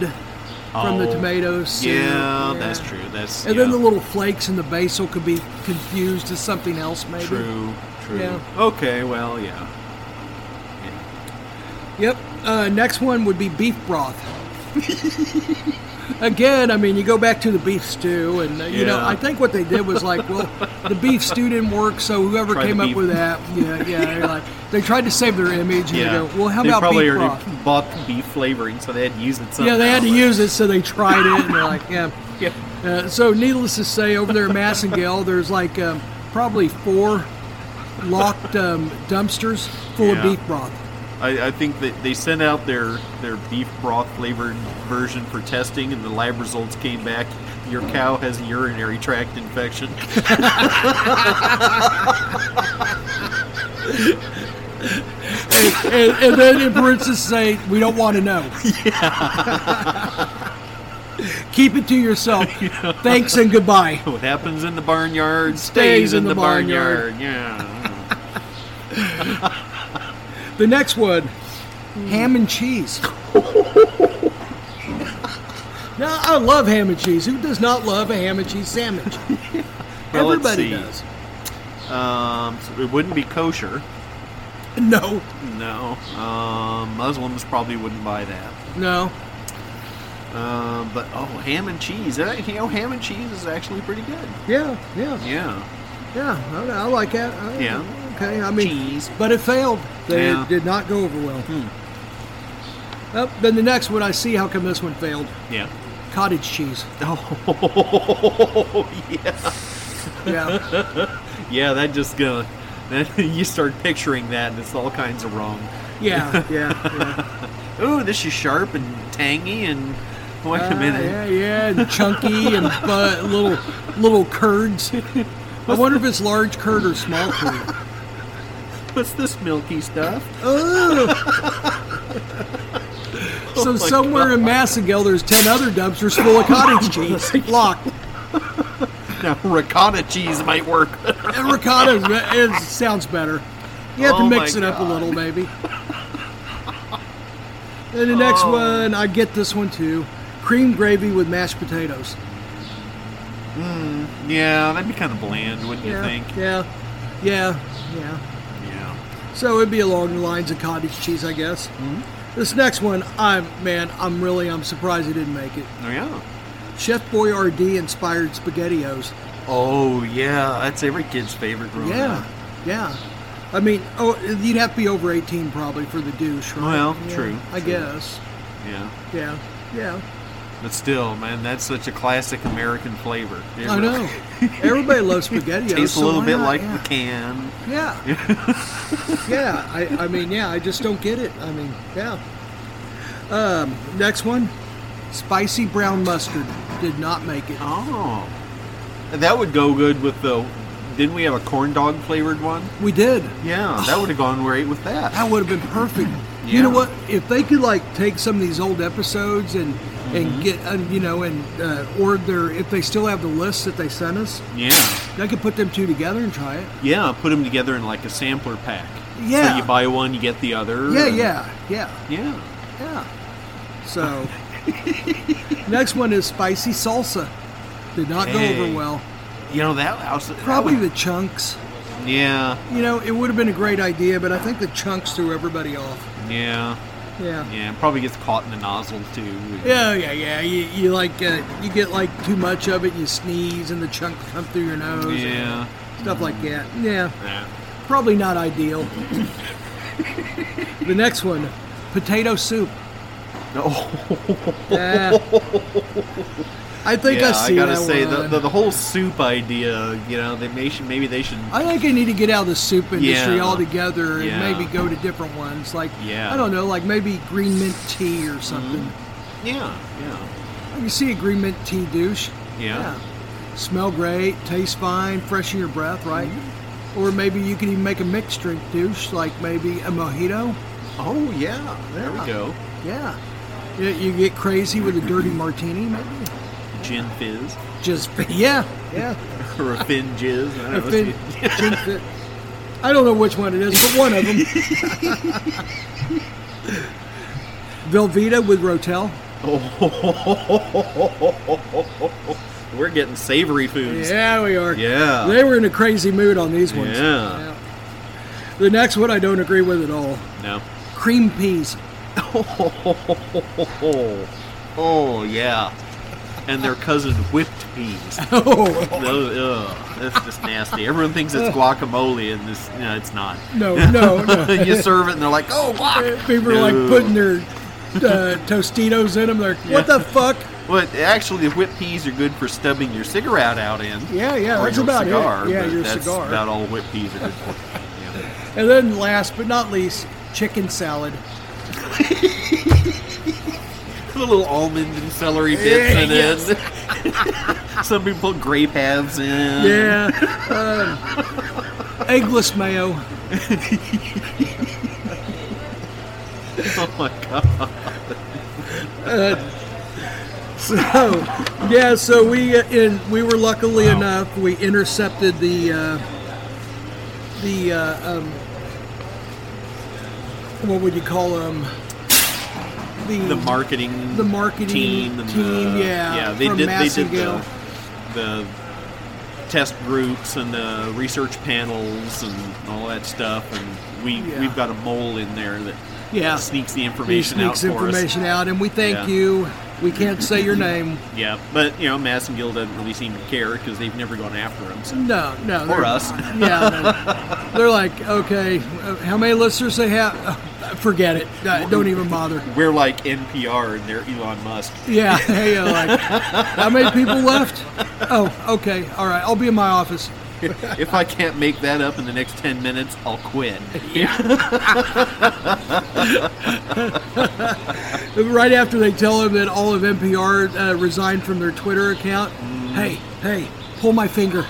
from the Oh. tomatoes. Yeah, that's true. That's And yeah, then the little flakes in the basil could be confused to something else, maybe. true, true. Yeah. Okay, well, yeah. Yep. Uh, next one would be beef broth. Again, I mean, you go back to the beef stew, and uh, you know, Yeah. I think what they did was like, well, the beef stew didn't work, so whoever Try the came up beef. with that, yeah, yeah, they're like, they tried to save their image, and Yeah. they go, well, how they about probably beef already broth? bought beef flavoring, so they had to use it. Somehow, Yeah, they had to but- use it, so they tried it, and they're like, yeah. Yeah. Uh, so, needless to say, over there in Massingale, there's like um, probably four locked um, dumpsters full of Yeah. beef broth. I, I think that they sent out their their beef broth flavored version for testing, and the lab results came back. Your cow has a urinary tract infection. and, and then in parentheses say, we don't want to know. Keep it to yourself. Thanks and goodbye. What happens in the barnyard Stays in the barnyard. barnyard. Yeah. The next one, ham and cheese. now I love ham and cheese. Who does not love a ham and cheese sandwich? Well, let's Everybody see. does. Um, so it wouldn't be kosher. No, No. Um, Muslims probably wouldn't buy that. no. Um, but oh, ham and cheese. Uh, You know, ham and cheese is actually pretty good. Yeah, yeah, Yeah. yeah. I, I like that. I- Yeah. Okay. I mean, Cheese. but it failed. They Yeah. Hmm. it did not go over well. Oh, then the next one, I see how come this one failed. Yeah. Cottage cheese. Oh yeah. Yeah, Yeah, that just gonna. That, you start picturing that, and it's all kinds of wrong. yeah, yeah. yeah. Ooh, this is sharp and tangy, and wait a Ah, minute. yeah, yeah, and chunky and uh, little little curds. I wonder if it's large curd or small curd. What's this milky stuff? So Oh my somewhere in Massengill, there's ten other dumpsters full of cottage cheese, locked. Now, ricotta cheese might work. And ricotta is, it sounds better. You have Oh to my mix it up a God. little, maybe. and the next Oh. one, I get this one too: cream gravy with mashed potatoes. yeah, that'd be kind of bland, wouldn't you yeah, think? yeah, yeah, yeah. Yeah. So it'd be along the lines of cottage cheese, I guess. Mm-hmm. This next one, I'm man, I'm really I'm surprised it didn't make it. Oh yeah. Chef Boyardee inspired spaghettios. Oh yeah, that's every kid's favorite growing yeah, up. yeah. I mean, oh, you'd have to be over 18 probably for the douche, right? Well, Yeah, true, I true. guess. Yeah. Yeah, yeah. But still, man, that's such a classic American flavor. It I really know. Everybody loves spaghettios. Tastes so a little why bit not? like yeah. the can. Yeah. yeah. I, I mean, yeah, I just don't get it. I mean, yeah. Um, next one spicy brown mustard. Did not make it. Oh. That would go good with the. Didn't we have a corn dog flavored one? We did. Yeah, that would have gone right with that. That would have been perfect. You know Yeah. what? If they could like take some of these old episodes and Mm-hmm. and get and you know and uh, or their if they still have the lists that they sent us, Yeah. they could put them two together and try it. Yeah, put them together in like a sampler pack. Yeah. So you buy one, you get the other. Yeah, and- yeah, yeah, Yeah. yeah. So next one is spicy salsa. Did not go Hey. over well. You know, that house. that Probably would- the chunks. Yeah, You know, it would have been a great idea, but I think the chunks threw everybody off. yeah, Yeah. yeah. it Probably gets caught in the nozzle, too. Yeah, Oh, yeah, yeah. You, you like uh, you get like too much of it, you sneeze, and the chunks come through your nose. and Yeah. stuff like that. Yeah, Yeah. probably not ideal. the next one, potato soup. Oh, Uh, I think I yeah, I see gotta that say the, one. the, the whole soup idea. You know, they may should, maybe they should. I think I need to get out of the soup industry Yeah. altogether and Yeah. maybe go to different ones. Like, Yeah. Mm-hmm. I don't know, like maybe green mint tea or something. Yeah, yeah, You see a green mint tea douche. Yeah. Smell great, taste fine, freshen your breath, right? Mm-hmm. Or maybe you can even make a mixed drink douche, like maybe a mojito. Oh yeah, there Yeah. we go. Yeah. You, you get crazy with a dirty martini, maybe. Gin fizz Just yeah, yeah. or a fin jizz. A I don't know. fin- gin fit. I don't know which one it is, but one of them. Velveeta with Rotel. We're getting savory foods. Yeah, we are. Yeah. They were in a crazy mood on these ones. Yeah. The next one I don't agree with at all. No. Cream peas. Oh yeah, and their cousin whipped peas. Oh Those, ugh, that's just nasty. Everyone thinks it's guacamole, and this, no, it's not. no, no, no. you serve it, and they're like, "Oh, guac." People are No. like putting their uh, Tostitos in them. They're like, what the fuck? Well, actually, the whipped peas are good for stubbing your cigarette out in. Yeah, yeah, or that's your about cigar, it. Yeah, but your that's cigar. About all whipped peas are good for. Yeah. And then last but not least, chicken salad. Put a little almond and celery bits in it. Some people put grape halves in. Yeah. um, eggless mayo. Oh my god. Uh, So, yeah, so we uh, in we were luckily enough we intercepted the uh, the uh, um, what would you call them? The, the marketing, The marketing team, and team, the, yeah, they from did they did Massingale. the, the test groups and the research panels and all that stuff, and we Yeah. we've got a mole in there that Yeah. sneaks the He information sneaks out for information out, and we thank Yeah. you. We can't say your name. us. Yeah, but you know, Massengill doesn't really seem to care because they've never gone after him. So. No, no. Or they're- us. Yeah. no. They're like, okay, uh, how many listeners they have? Uh, forget it. Uh, don't even bother. We're like NPR and they're Elon Musk. Yeah. Hey, uh, like, how many people left? Oh, okay. All right. I'll be in my office. if I can't make that up in the next ten minutes, I'll quit. Right after they tell him that all of NPR uh, resigned from their Twitter account, hey, hey, pull my finger.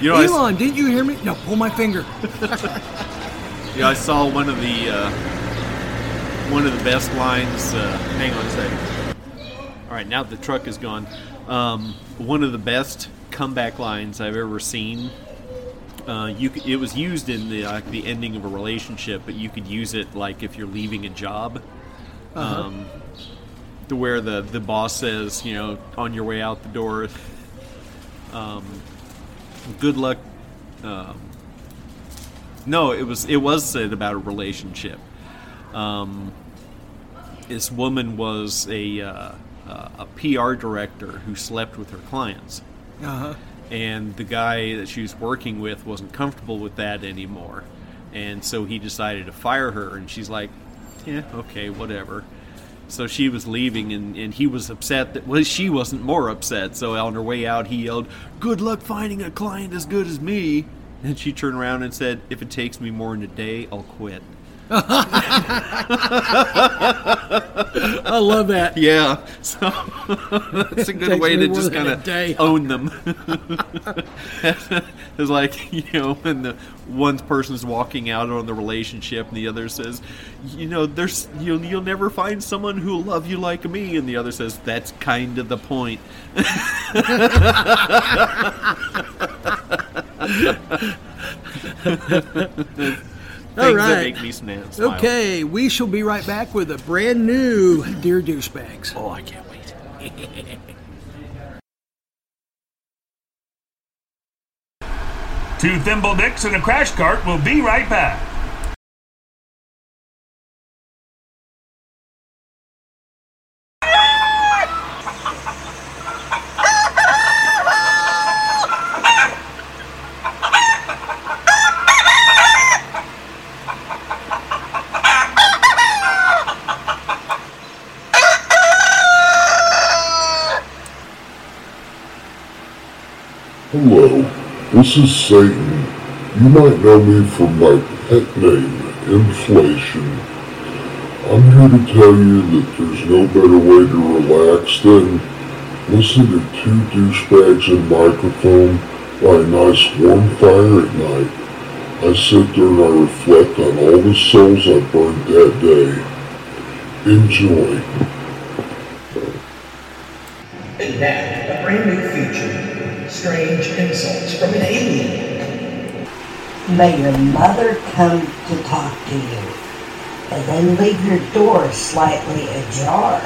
You know, I s- Elon, didn't you hear me? No, pull my finger. Yeah, I saw one of the uh, one of the best lines. Uh, hang on a second. All right, now the truck is gone. Um, one of the best comeback lines I've ever seen. Uh, you c- it was used in the like the ending of a relationship, but you could use it like if you're leaving a job. Um, to where the the boss says, you know, on your way out the door, um, good luck no, it was it was said about a relationship. Um, this woman was a uh, uh, a PR director who slept with her clients, Uh-huh. and the guy that she was working with wasn't comfortable with that anymore, and so he decided to fire her. And she's like, "Yeah, okay, whatever." So she was leaving, and, and he was upset that well, she wasn't more upset. So on her way out, he yelled, "Good luck finding a client as good as me." And she turned around and said, "If it takes me more than a day, I'll quit." I love that. Yeah, so that's a good Takes way me to more just than kind a day. of own them. it's like you know when the one person's walking out on the relationship and the other says, you know, there's you'll you'll never find someone who'll love you like me, and the other says that's kind of the point. Things that right. make me sna- smile. Okay, we shall be right back with a brand new Dear Douchebags. Oh, I can't wait. Two thimble dicks and a crash cart will be right back. Hello, this is Satan. You might know me from my pet name, Inflation. I'm here to tell you that there's no better way to relax than listen to two douchebags and microphone by a nice warm fire at night. I sit there and I reflect on all the souls I burned that day. Enjoy. And now, a brand new feature, strange insults from an alien. May your mother come to talk to you, and then leave your door slightly ajar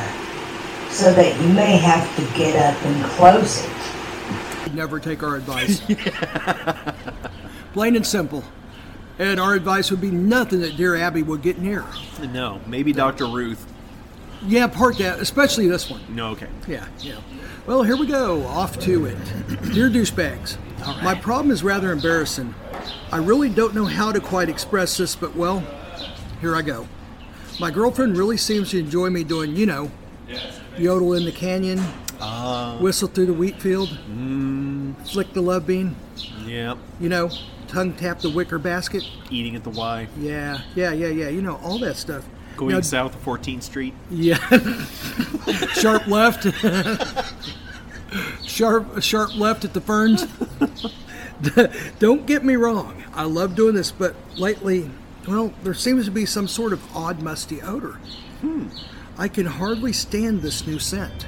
so that you may have to get up and close it. Never take our advice. Plain and simple. And our advice would be nothing that Dear Abby would get near. No, maybe Dr. Ruth. Yeah, part that, especially this one. No, okay. Yeah, yeah. Well, here we go. Off to it. Dear douchebags, my problem is rather embarrassing. I really don't know how to quite express this, but well, here I go. My girlfriend really seems to enjoy me doing, you know, yodel in the canyon, whistle through the wheat field, flick the love bean, Yeah, you know, tongue tap the wicker basket. eating at the Y, Yeah, yeah, yeah, yeah. You know, all that stuff. going Now, south of 14th Street. yeah. sharp left. sharp sharp left at the ferns. Don't get me wrong. I love doing this, but lately, well, there seems to be some sort of odd musty odor. Hmm. I can hardly stand this new scent.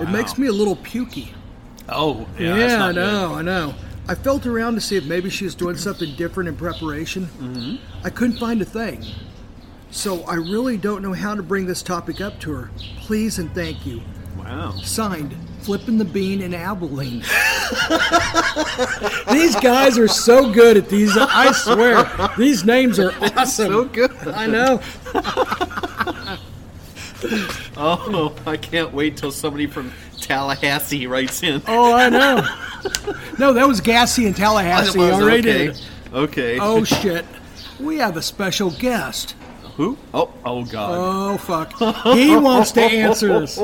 It makes me a little pukey. Oh, Yeah, I know, I know. I felt around to see if maybe she was doing something different in preparation. Mm-hmm. I couldn't find a thing. So I really don't know how to bring this topic up to her. Please and thank you. Wow. Signed, Flipping the Bean and Abilene. these guys are so good at these. I swear, these names are awesome. So good. I know. Oh, I can't wait till somebody from Tallahassee writes in. Oh, I know. No, that was Gassy and Tallahassee. That was already okay. did. Okay. Oh shit. We have a special guest. Who? Oh, oh God. Oh fuck. He wants to answer us.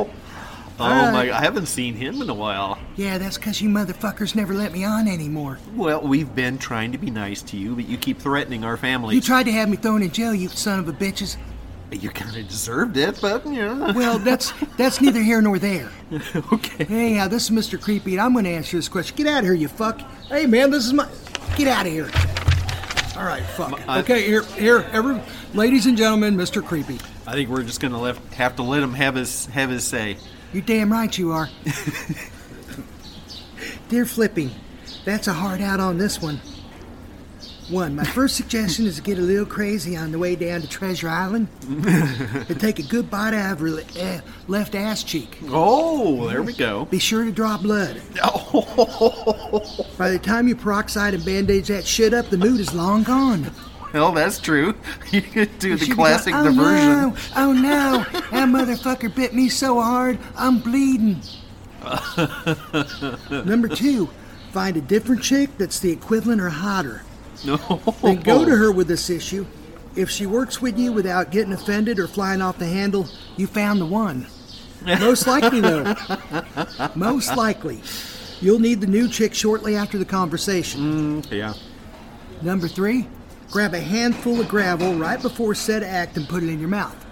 Ah. oh my! I haven't seen him in a while. Yeah, that's because you motherfuckers never let me on anymore. Well, we've been trying to be nice to you, but you keep threatening our family. You tried to have me thrown in jail, you son of a bitches. You kind of deserved it, but you know. Well, that's that's neither here nor there. okay. Anyhow, this is Mr. Creepy, and I'm going to answer this question. Get out of here, you fuck. Hey, man, this is my. Get out of here. All right, fuck. I- okay, here, here, every, ladies and gentlemen, Mr. Creepy. I think we're just gonna left, have to let him have his have his say. You're damn right you are. Dear Flipping, that's a hard out on this one. One, my first suggestion is to get a little crazy on the way down to Treasure Island and take a good bite out of her le- eh, left ass cheek. Oh, there we go. Be sure to draw blood. Oh. By the time you peroxide and bandage that shit up, the mood is long gone. Well, that's true. You could do She'd the be classic going, diversion. Oh no! Oh no! That motherfucker bit me so hard, I'm bleeding. Number two, find a different chick that's the equivalent or hotter. No. Then go to her with this issue. If she works with you without getting offended or flying off the handle, you found the one. Most likely, though. Most likely. You'll need the new chick shortly after the conversation. Yeah. Number three, grab a handful of gravel right before said act and put it in your mouth.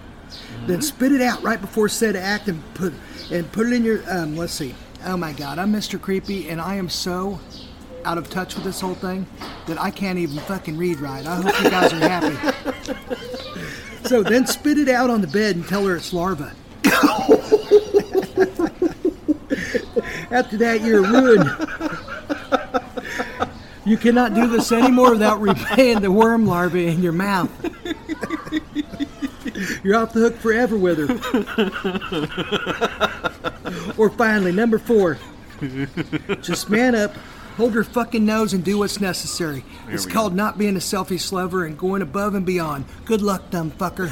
Then spit it out right before said act and put and put it in your. Um, let's see. Oh my God, I'm Mr. Creepy, and I am so out of touch with this whole thing that I can't even fucking read right. I hope you guys are happy. so then spit it out on the bed and tell her it's larva. After that, you're ruined. You cannot do this anymore without repaying the worm larvae in your mouth. You're off the hook forever with her. or finally, number four. Just man up, hold your fucking nose, and do what's necessary. it's we called not being a selfish slover and going above and beyond. Good luck, dumb fucker.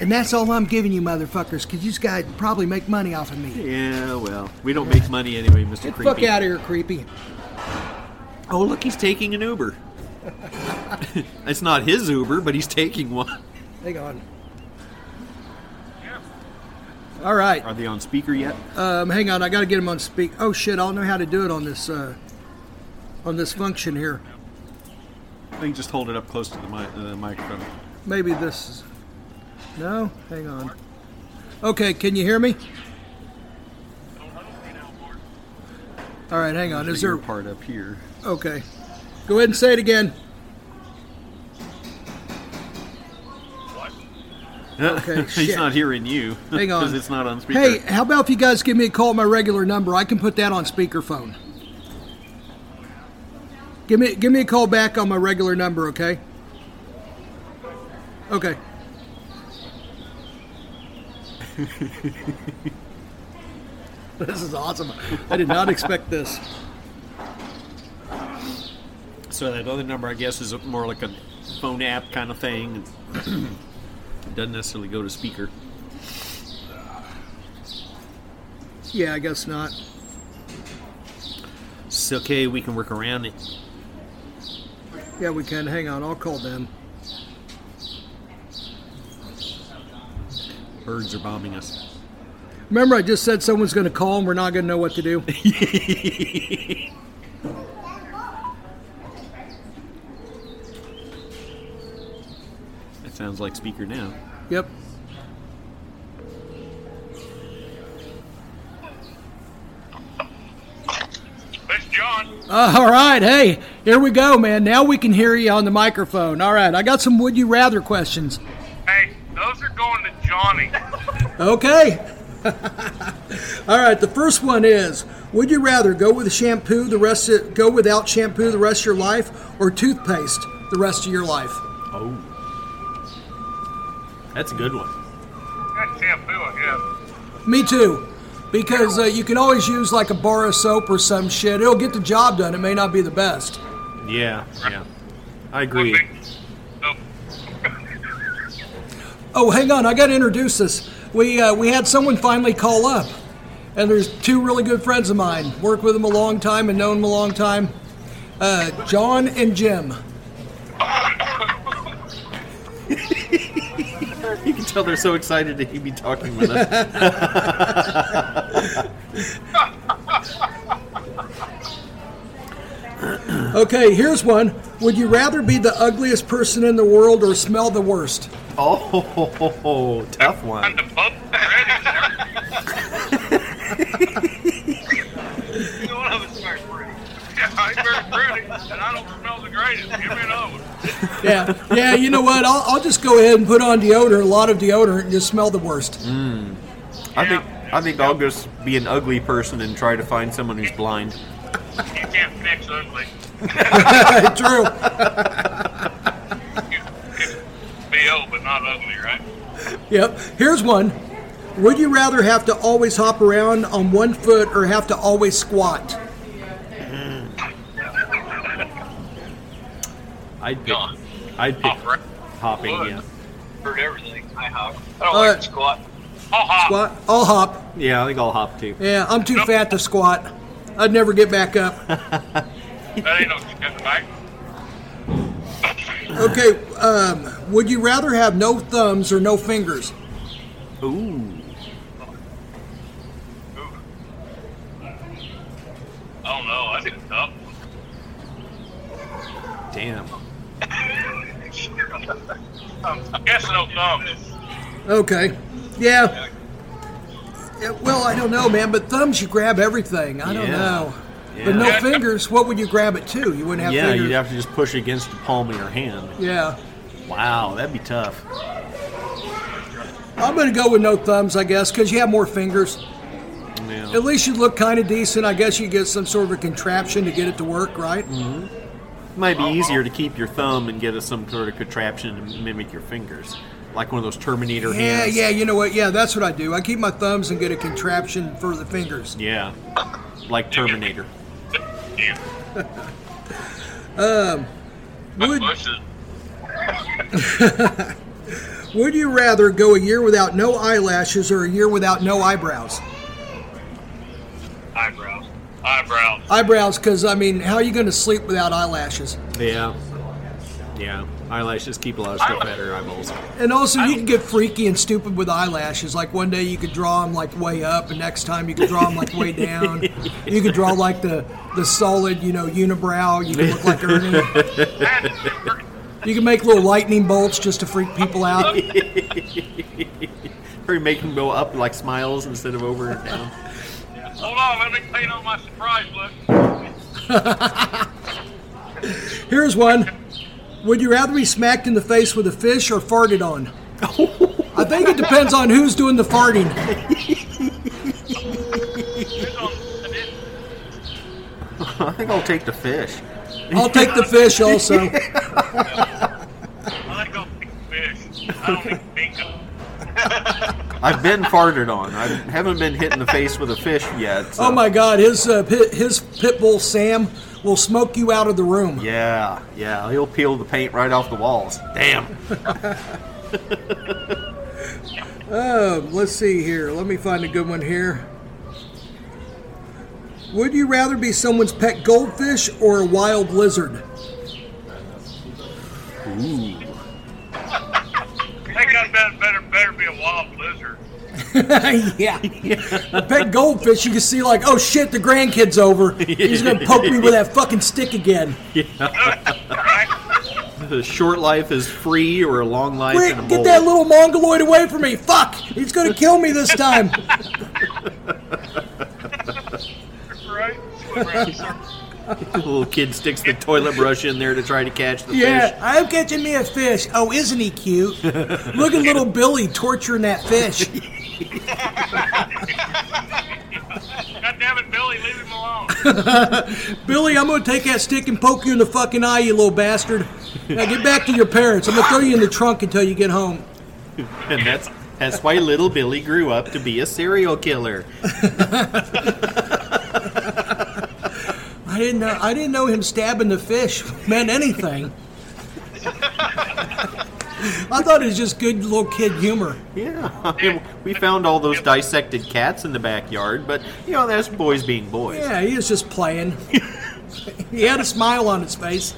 and that's all I'm giving you, motherfuckers, because you guys probably make money off of me. Yeah. Well, we don't make money anyway, Mr. Get the Creepy. fuck out of here, creepy. Oh, look, he's taking an Uber. it's not his Uber, but he's taking one. Hang on. All right. Are they on speaker yet? Um, hang on. I got to get him on speak. Oh shit! I don't know how to do it on this uh, on this function here. I think just hold it up close to the, mi- uh, microphone. Maybe this is. No. Hang on. Okay. Can you hear me? All right. Hang on. Is Your there? part up here? Okay. Go ahead and say it again. Okay, he's shit. not hearing you. Hang on. Because it's not on speaker. Hey, how about if you guys give me a call at my regular number? I can put that on speakerphone. Give me give me a call back on my regular number, okay? Okay. this is awesome. I did not expect this. So that other number, I guess, is more like a phone app kind of thing. It doesn't necessarily go to speaker. Yeah, I guess not. It's okay, we can work around it. Yeah, we can. Hang on, I'll call them. Birds are bombing us. Remember, I just said someone's going to call and we're not going to know what to do. That sounds like speaker now. Yep. It's John. Uh, all right, hey, here we go, man. Now we can hear you on the microphone. All right, I got some would you rather questions. Hey, those are going to Johnny. Okay. All right, the first one is: Would you rather go with shampoo the rest of, go without shampoo the rest of your life, or toothpaste the rest of your life? Oh. That's a good one. That's shampoo, I guess. Me too, because uh, you can always use like a bar of soap or some shit. It'll get the job done. It may not be the best. Yeah, yeah. I Would agree. be. Nope. Oh, hang on, I got to introduce this. We uh, we had someone finally call up, and there's two really good friends of mine. Worked with them a long time and known them a long time. Uh, John and Jim. You can tell they're so excited to be talking with us. Okay, here's one. Would you rather be the ugliest person in the world or smell the worst? oh, tough one. And the bug. You know what I was very pretty. Yeah, I'm very pretty, and I don't smell the greatest. Give me another one. Yeah, yeah. You know what? I'll, I'll just go ahead and put on deodorant, a lot of deodorant, and just smell the worst. I think I think I'll just be an ugly person and try to find someone who's blind. You can't fix ugly. True. You can be old, but not ugly, right? Yep. Here's one. Would you rather have to always hop around on one foot or have to always squat? I'd pick. Gone. I'd pick Hop right. hopping. Would. Yeah. Heard everything. I hop. I don't All like right. to squat. I'll hop. Squat. I'll hop. Yeah, I think I'll hop too. Yeah, I'm too fat to squat. I'd never get back up. That ain't no getting back. Okay, um, would you rather have no thumbs or no fingers? Ooh. Ooh. I don't know. I did tough. Damn. I guess no thumbs. Okay. Yeah. Yeah, Well, I don't know, man, but thumbs you grab everything. I don't Yeah. know. But Yeah. no fingers, what would you grab it to? You wouldn't have Yeah, fingers. you'd have to just push against the palm of your hand. yeah. Wow, that'd be tough. I'm going to go with no thumbs, I guess, because you have more fingers. Yeah. At least you look kind of decent. I guess you get some sort of a contraption to get it to work, right? Might be easier to keep your thumb and get a, some sort of contraption to mimic your fingers, like one of those Terminator Yeah, hands. yeah, you know what? Yeah, that's what I do. I keep my thumbs and get a contraption for the fingers. yeah. Like Terminator. Yeah. Would, Bushes. would you rather go a year without no eyelashes or a year without no eyebrows? Eyebrows. Eyebrows. Eyebrows, because, I mean, how are you going to sleep without eyelashes? Yeah. Yeah. Eyelashes keep a lot of stuff out of your eyeballs. And also, you can get freaky and stupid with eyelashes. Like one day you could draw them like way up, and next time you could draw them like way down. You could draw like the the solid, you know, unibrow. You could look like Ernie. You can make little lightning bolts just to freak people out. Or you make them go up like smiles instead of over and down. Hold on, let me clean up my surprise look. Here's one. Would you rather be smacked in the face with a fish or farted on? I think it depends on who's doing the farting. It's on- I didn't- I think I'll take the fish. I'll take the fish also. I like old big fish. I don't need bingo. I've been farted on. I haven't been hit in the face with a fish yet. so- Oh my God, his uh, pit, his pit bull Sam will smoke you out of the room. Yeah, yeah. He'll peel the paint right off the walls. Damn. Let's see here. Let me find a good one here. Would you rather be someone's pet goldfish or a wild lizard? I think I'd better, better, better be a wild lizard. yeah. A pet goldfish, you can see, like, oh shit, the grandkid's over. He's going to poke me with that fucking stick again. The short life is free or a long life in a Quick, bowl. get that little mongoloid away from me. Fuck, he's going to kill me this time. Right? Swim around the circle. little kid sticks the toilet brush in there to try to catch the Yeah, fish. I'm catching me a fish. Oh, isn't he cute? Look at little Billy torturing that fish. Billy, I'm gonna take that stick and poke you in the fucking eye, you little bastard. Now get back to your parents. I'm gonna throw you in the trunk until you get home. and that's that's why little Billy grew up to be a serial killer. I didn't know. I didn't know him stabbing the fish meant anything. I thought it was just good little kid humor. Yeah, I mean, we found all those dissected cats in the backyard, but you know that's boys being boys. Yeah, he was just playing. he had a smile on his face.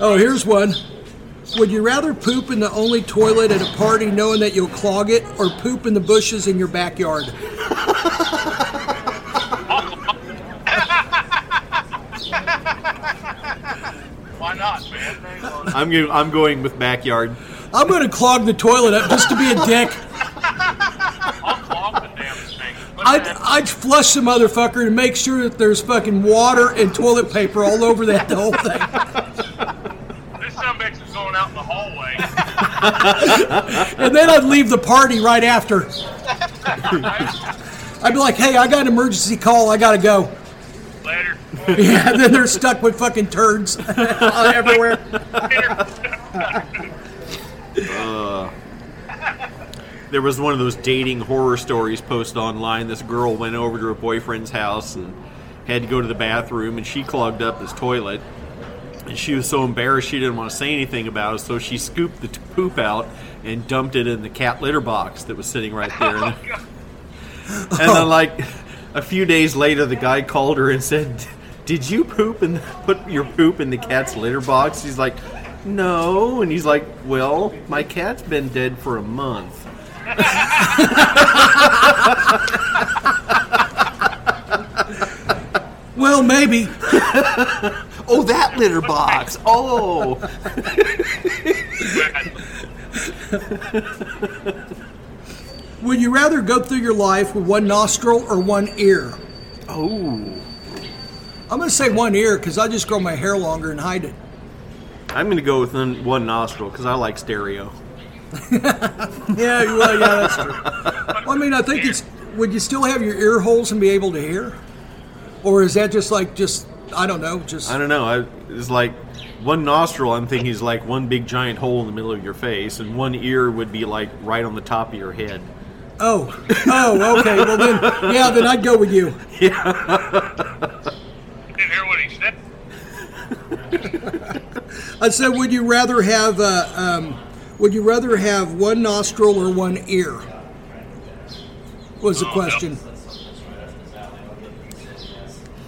oh, here's one. Would you rather poop in the only toilet at a party knowing that you'll clog it, or poop in the bushes in your backyard? Why not, man? I'm go- I'm going with backyard. I'm going to clog the toilet up just to be a dick. I'll clog the damn thing. But I'd, I'd flush the motherfucker and make sure that there's fucking water and toilet paper all over that the whole thing. this son of a bitch is going out in the hallway. And then I'd leave the party right after. I'd be like, hey, I got an emergency call. I got to go. Later. Yeah, and then they're stuck with fucking turds everywhere. There was one of those dating horror stories posted online. This girl went over to her boyfriend's house and had to go to the bathroom, and she clogged up his toilet. And she was so embarrassed she didn't want to say anything about it, so she scooped the t- poop out and dumped it in the cat litter box that was sitting right there. and then, like a few days later, the guy called her and said, "Did you poop and put your poop in the cat's litter box?" She's like, "No," and he's like, "Well, my cat's been dead for a month." Well, maybe. Oh, that litter box. Oh, Would you rather go through your life with one nostril or one ear? Oh. I'm going to say one ear because I just grow my hair longer and hide it. I'm gonna go with one one nostril because I like stereo. Yeah, you- well, yeah, that's true. Well, I mean, I think it's. Would you still have your ear holes and be able to hear, or is that just like just I don't know, just I don't know. I, it's like one nostril. I'm thinking is like one big giant hole in the middle of your face, and one ear would be like right on the top of your head. oh oh okay. Well then, yeah, then I'd go with you. Didn't hear what he said. I said, would you rather have uh, um, would you rather have one nostril or one ear? Was the question.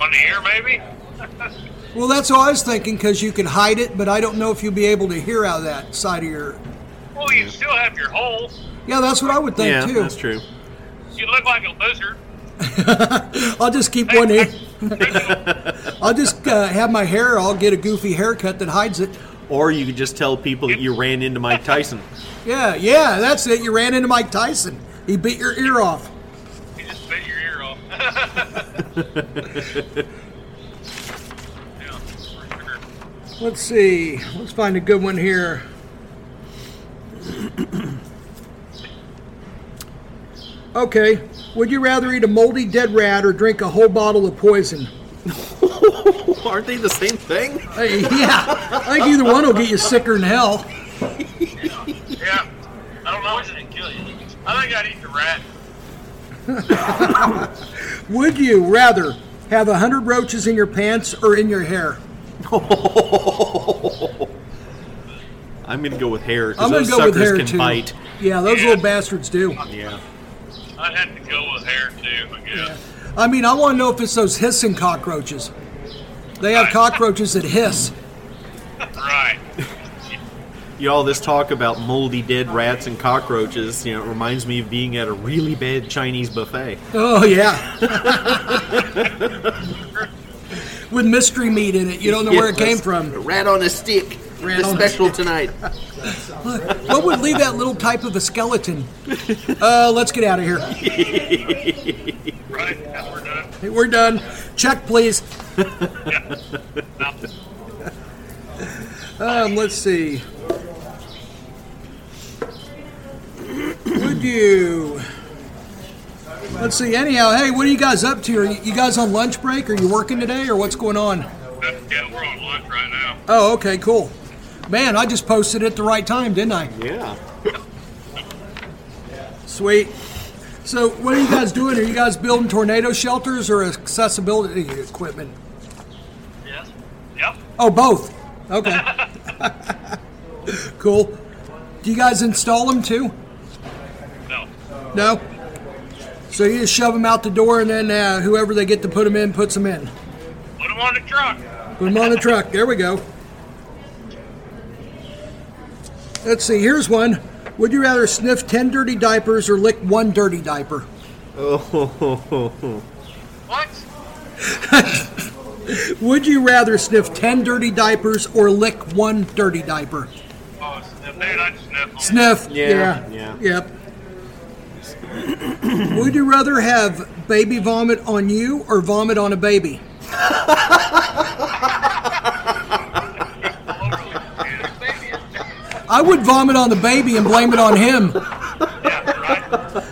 On the air, maybe? Well, that's what I was thinking because you could hide it, but I don't know if you'll be able to hear out of that side of your. Well, you still have your hole. Yeah, that's what I would think yeah, too. that's true. You look like a lizard. I'll just keep one ear. I'll just uh, have my hair. I'll get a goofy haircut that hides it. Or you could just tell people that you ran into Mike Tyson. Yeah, yeah, that's it. You ran into Mike Tyson. He bit your ear off. You just bit your ear off. yeah, for sure. Let's see. Let's find a good one here. okay. Would you rather eat a moldy dead rat or drink a whole bottle of poison? Aren't they the same thing? Hey, yeah, I think either one will get you sicker than hell. Yeah. I don't know what's going to kill you. I think I'd eat the rat. Would you rather have a hundred roaches in your pants or in your hair? I'm gonna go with hair I'm gonna because those go with suckers hair can too. bite. Yeah, those little bastards do. Yeah. I'd have to go with hair, too, I guess. I mean, I want to know if it's those hissing cockroaches. They have cockroaches that hiss. Right. You know, all this talk about moldy dead rats and cockroaches, you know, it reminds me of being at a really bad Chinese buffet. Oh yeah. With mystery meat in it, you don't know where it came from. Rat on a stick. Rat on a special tonight. What would leave that little type of a skeleton? Uh, let's get out of here. Right. Now we're done. Hey, We're done. Check, please. um, let's see. Would you Let's see. Anyhow, hey, what are you guys up to? Are you you guys on lunch break? Are you working today, or what's going on? Yeah, we're on lunch right now. Oh, okay, cool. Man, I just posted at the right time, didn't I? Yeah. Sweet. So, what are you guys doing? Are you guys building tornado shelters or accessibility equipment? Yes. Yep. Oh, both. Okay. cool. Do you guys install them too? No. No. So you just shove them out the door, and then uh, whoever they get to put them in puts them in. Put them on the truck. Put them on the truck. There we go. Let's see. Here's one. Would you rather sniff ten dirty diapers or lick one dirty diaper? Oh, What? Would you rather sniff ten dirty diapers or lick one dirty diaper? Oh, sniff. Dude, I'd sniff them. Sniff. Yeah, yeah. Yep. Would you rather have baby vomit on you or vomit on a baby? I would vomit on the baby and blame it on him. yeah, right?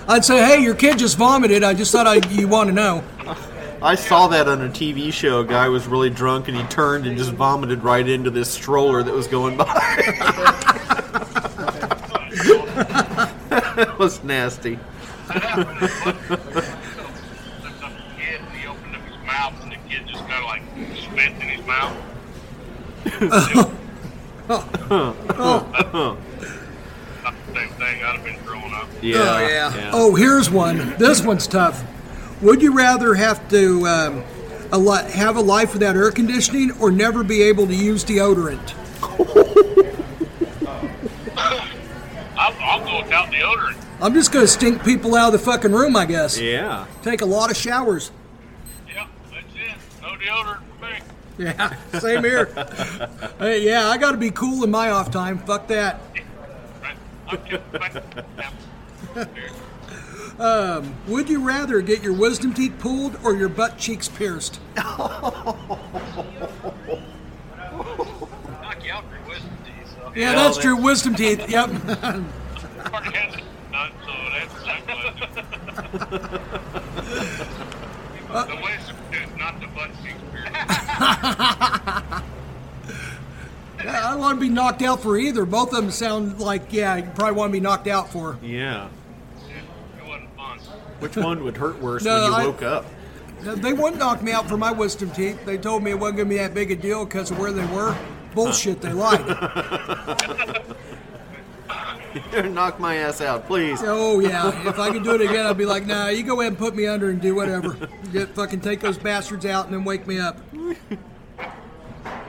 I'd say, "Hey, your kid just vomited. I just thought I you want to know." I saw that on a TV show. A guy was really drunk and he turned and just vomited right into this stroller that was going by. that was nasty. Oh, Sniffed up the kid and he opened up his mouth and the kid just kind of like spit in his mouth. Not the same thing. I'd have been throwing up. Yeah. Oh yeah. Oh, here's one. This one's tough. Would you rather have to um, a li- have a life without air conditioning or never be able to use deodorant? I'll, I'll go without deodorant. I'm just gonna stink people out of the fucking room, I guess. Yeah. Take a lot of showers. Yep, that's it. No deodorant for me. Yeah, same here. hey, yeah, I gotta be cool in my off time. Fuck that. Right? I'm just Would you rather get your wisdom teeth pulled or your butt cheeks pierced? knock you out for wisdom teeth. So. Yeah, that's true. Wisdom teeth. Yep. Already had that done, so it answers that question. the wisdom tooth, not the butt cheek beard. I don't want to be knocked out for either. Both of them sound like yeah, you probably want to be knocked out for. Yeah. It wasn't fun. Which one would hurt worse No, when you I- woke up? Now, They wouldn't knock me out for my wisdom teeth. They told me it wasn't going to be that big a deal because of where they were. Bullshit, they lied. Knock my ass out, please. oh, yeah. If I could do it again, I'd be like, nah, you go ahead and put me under and do whatever. Get, fucking take those bastards out and then wake me up.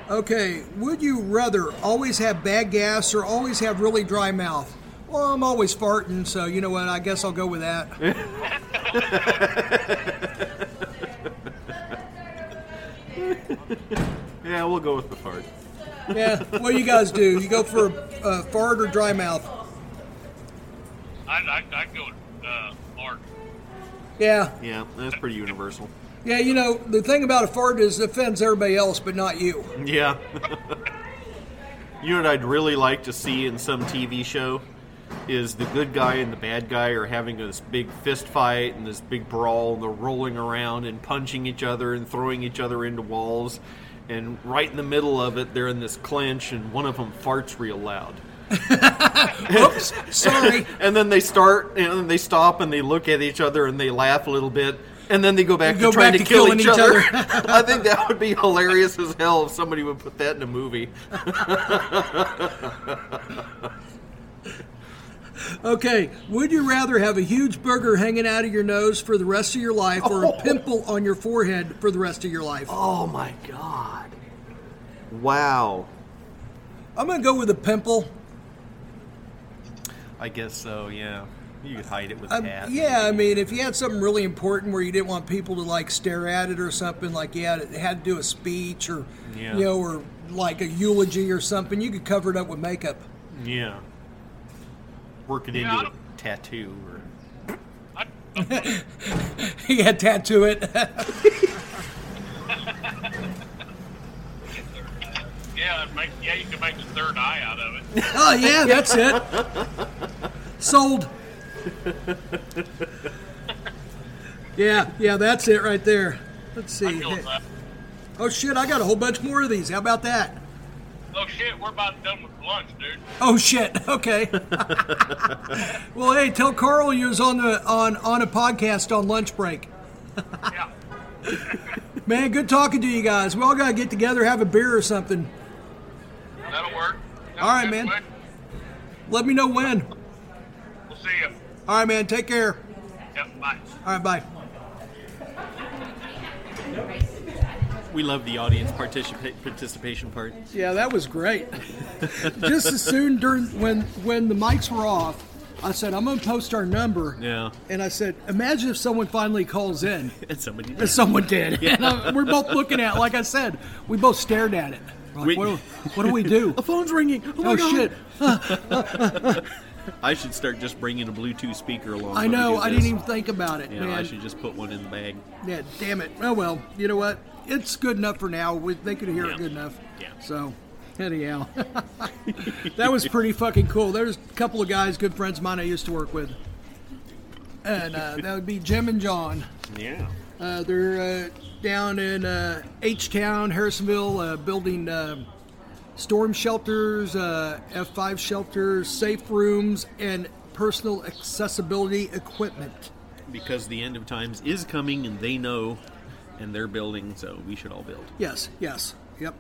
Okay, would you rather always have bad gas or always have really dry mouth? Well, I'm always farting, so you know what? I guess I'll go with that. Yeah, we'll go with the fart. Yeah, what do you guys do? You go for a, a fart or dry mouth? I'd, I'd, I'd go uh, Mark. Yeah, Yeah, that's pretty universal. Yeah, you know, the thing about a fart is it offends everybody else, but not you. Yeah. you know what I'd really like to see in some TV show is the good guy and the bad guy are having this big fist fight and this big brawl and they're rolling around and punching each other and throwing each other into walls and right in the middle of it they're in this clinch and one of them farts real loud Oops, sorry. and then they start and then they stop and they look at each other and they laugh a little bit and then they go back They to go trying back to to kill killing each each other. other. I think that would be hilarious as hell if somebody would put that in a movie. Okay, would you rather have a huge booger hanging out of your nose for the rest of your life or a pimple on your forehead for the rest of your life? Oh my god. Wow. I'm going to go with a pimple. I guess so, yeah. You could hide it with Um, yeah, I mean, if you had something really important where you didn't want people to like stare at it or something, like you had, it had to do a speech or, Yeah. you know, or like a eulogy or something, you could cover it up with makeup. Yeah. Work it Yeah, I into a don't- tattoo or I'd, yeah, tattoo it. yeah, I'd make, yeah, you could make the third eye out of it. Oh yeah, that's it. Sold. Yeah, yeah, that's it right there. Let's I see. feel that. Oh shit, I got a whole bunch more of these. How about that? Oh shit, we're about done with lunch, dude. Oh shit. Okay. well, hey, tell Carl you was on the on on a podcast on lunch break. Yeah. Man, good talking to you guys. We all gotta get together, have a beer or something. That'll work. All right, man. Quick. Let me know when. We'll see you. All right, man. Take care. Yep, bye. All right, bye. We love the audience participa- participation part. Yeah, that was great. Just as soon during when when the mics were off, I said I'm gonna post our number. Yeah. And I said, imagine if someone finally calls in. And somebody And someone did. And I, we're both looking at. it. Like I said, we both stared at it. We're like, We- what, do, what do we do? The phone's ringing. Oh, my oh God. shit! I should start just bringing a Bluetooth speaker along. I when we know. do I this. didn't even think about it, Yeah, man. I should just put one in the bag. Yeah, damn it. Oh well, you know what? It's good enough for now. We, they could hear Yeah. it good enough. Yeah. So, anyhow, that was pretty fucking cool. There's a couple of guys, good friends of mine I used to work with, and uh, that would be Jim and John. Yeah. Uh, they're uh, down in uh, H Town, Harrisonville, uh, building uh, storm shelters, uh, F5 shelters, safe rooms, and personal accessibility equipment. Because the end of times is coming, and they know, and they're building, so we should all build. Yes, yes, yep.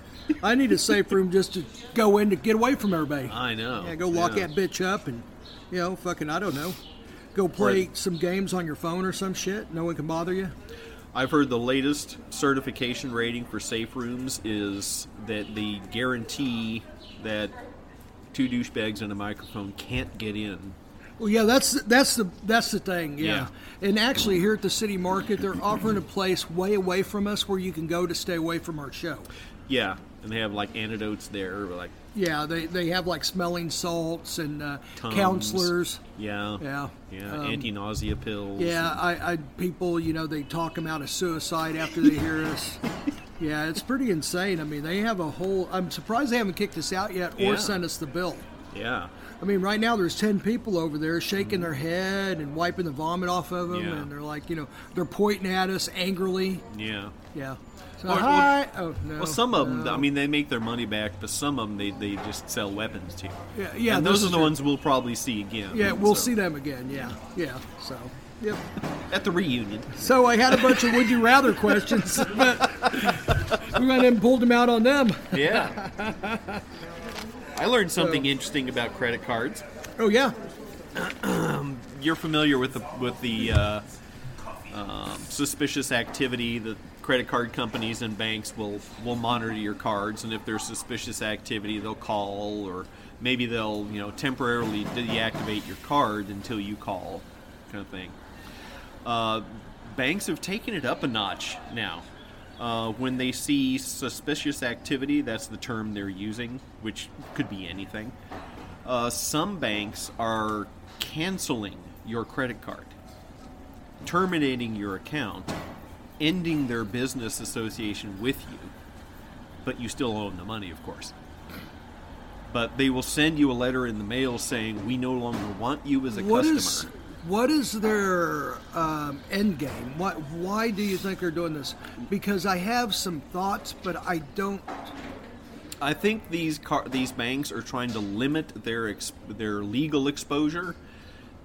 I need a safe room just to go in to get away from everybody. I know. yeah, go lock yeah. that bitch up and, you know, fucking, I don't know. Go play some games on your phone or some shit. No one can bother you. I've heard the latest certification rating for safe rooms is that they guarantee that two douchebags and a microphone can't get in. Well, yeah, that's that's the that's the thing. Yeah. and actually here at the city market, they're offering a place way away from us where you can go to stay away from our show. Yeah, and they have like antidotes there, like Yeah, they they have like smelling salts and uh, Tums. counselors. yeah, Yeah, yeah, um, anti-nausea pills. Yeah, I, I people, you know, they talk them out of suicide after they hear us. Yeah, it's pretty insane. I mean, they have a whole. I'm surprised they haven't kicked us out yet or Yeah. sent us the bill. yeah, I mean, right now there's ten people over there shaking their head and wiping the vomit off of them, Yeah. and they're like, you know, they're pointing at us angrily. yeah. Yeah. So, Or- or- hi. oh no. Well, some of them, no. I mean, they make their money back, but some of them they, they just sell weapons to. Yeah, yeah, And this those are is the true. ones we'll probably see again. Yeah, we'll so- see them again. Yeah, yeah. So, yep. at the reunion. So I had a bunch of would you rather questions, but we went and pulled them out on them. Yeah. I learned something interesting about credit cards. Oh yeah. You're familiar with the with the uh, um, suspicious activity that credit card companies and banks will will monitor your cards, and if there's suspicious activity, they'll call or maybe they'll you know temporarily deactivate your card until you call, kind of thing. Uh, banks have taken it up a notch now. Uh, when they see suspicious activity, that's the term they're using, which could be anything. Uh, some banks are canceling your credit card, terminating your account, ending their business association with you, but you still own the money, of course. But they will send you a letter in the mail saying, We no longer want you as a What customer. is what is their um, end game? What why do you think they're doing this? Because I have some thoughts, but I don't. I think these car- these banks are trying to limit their ex- their legal exposure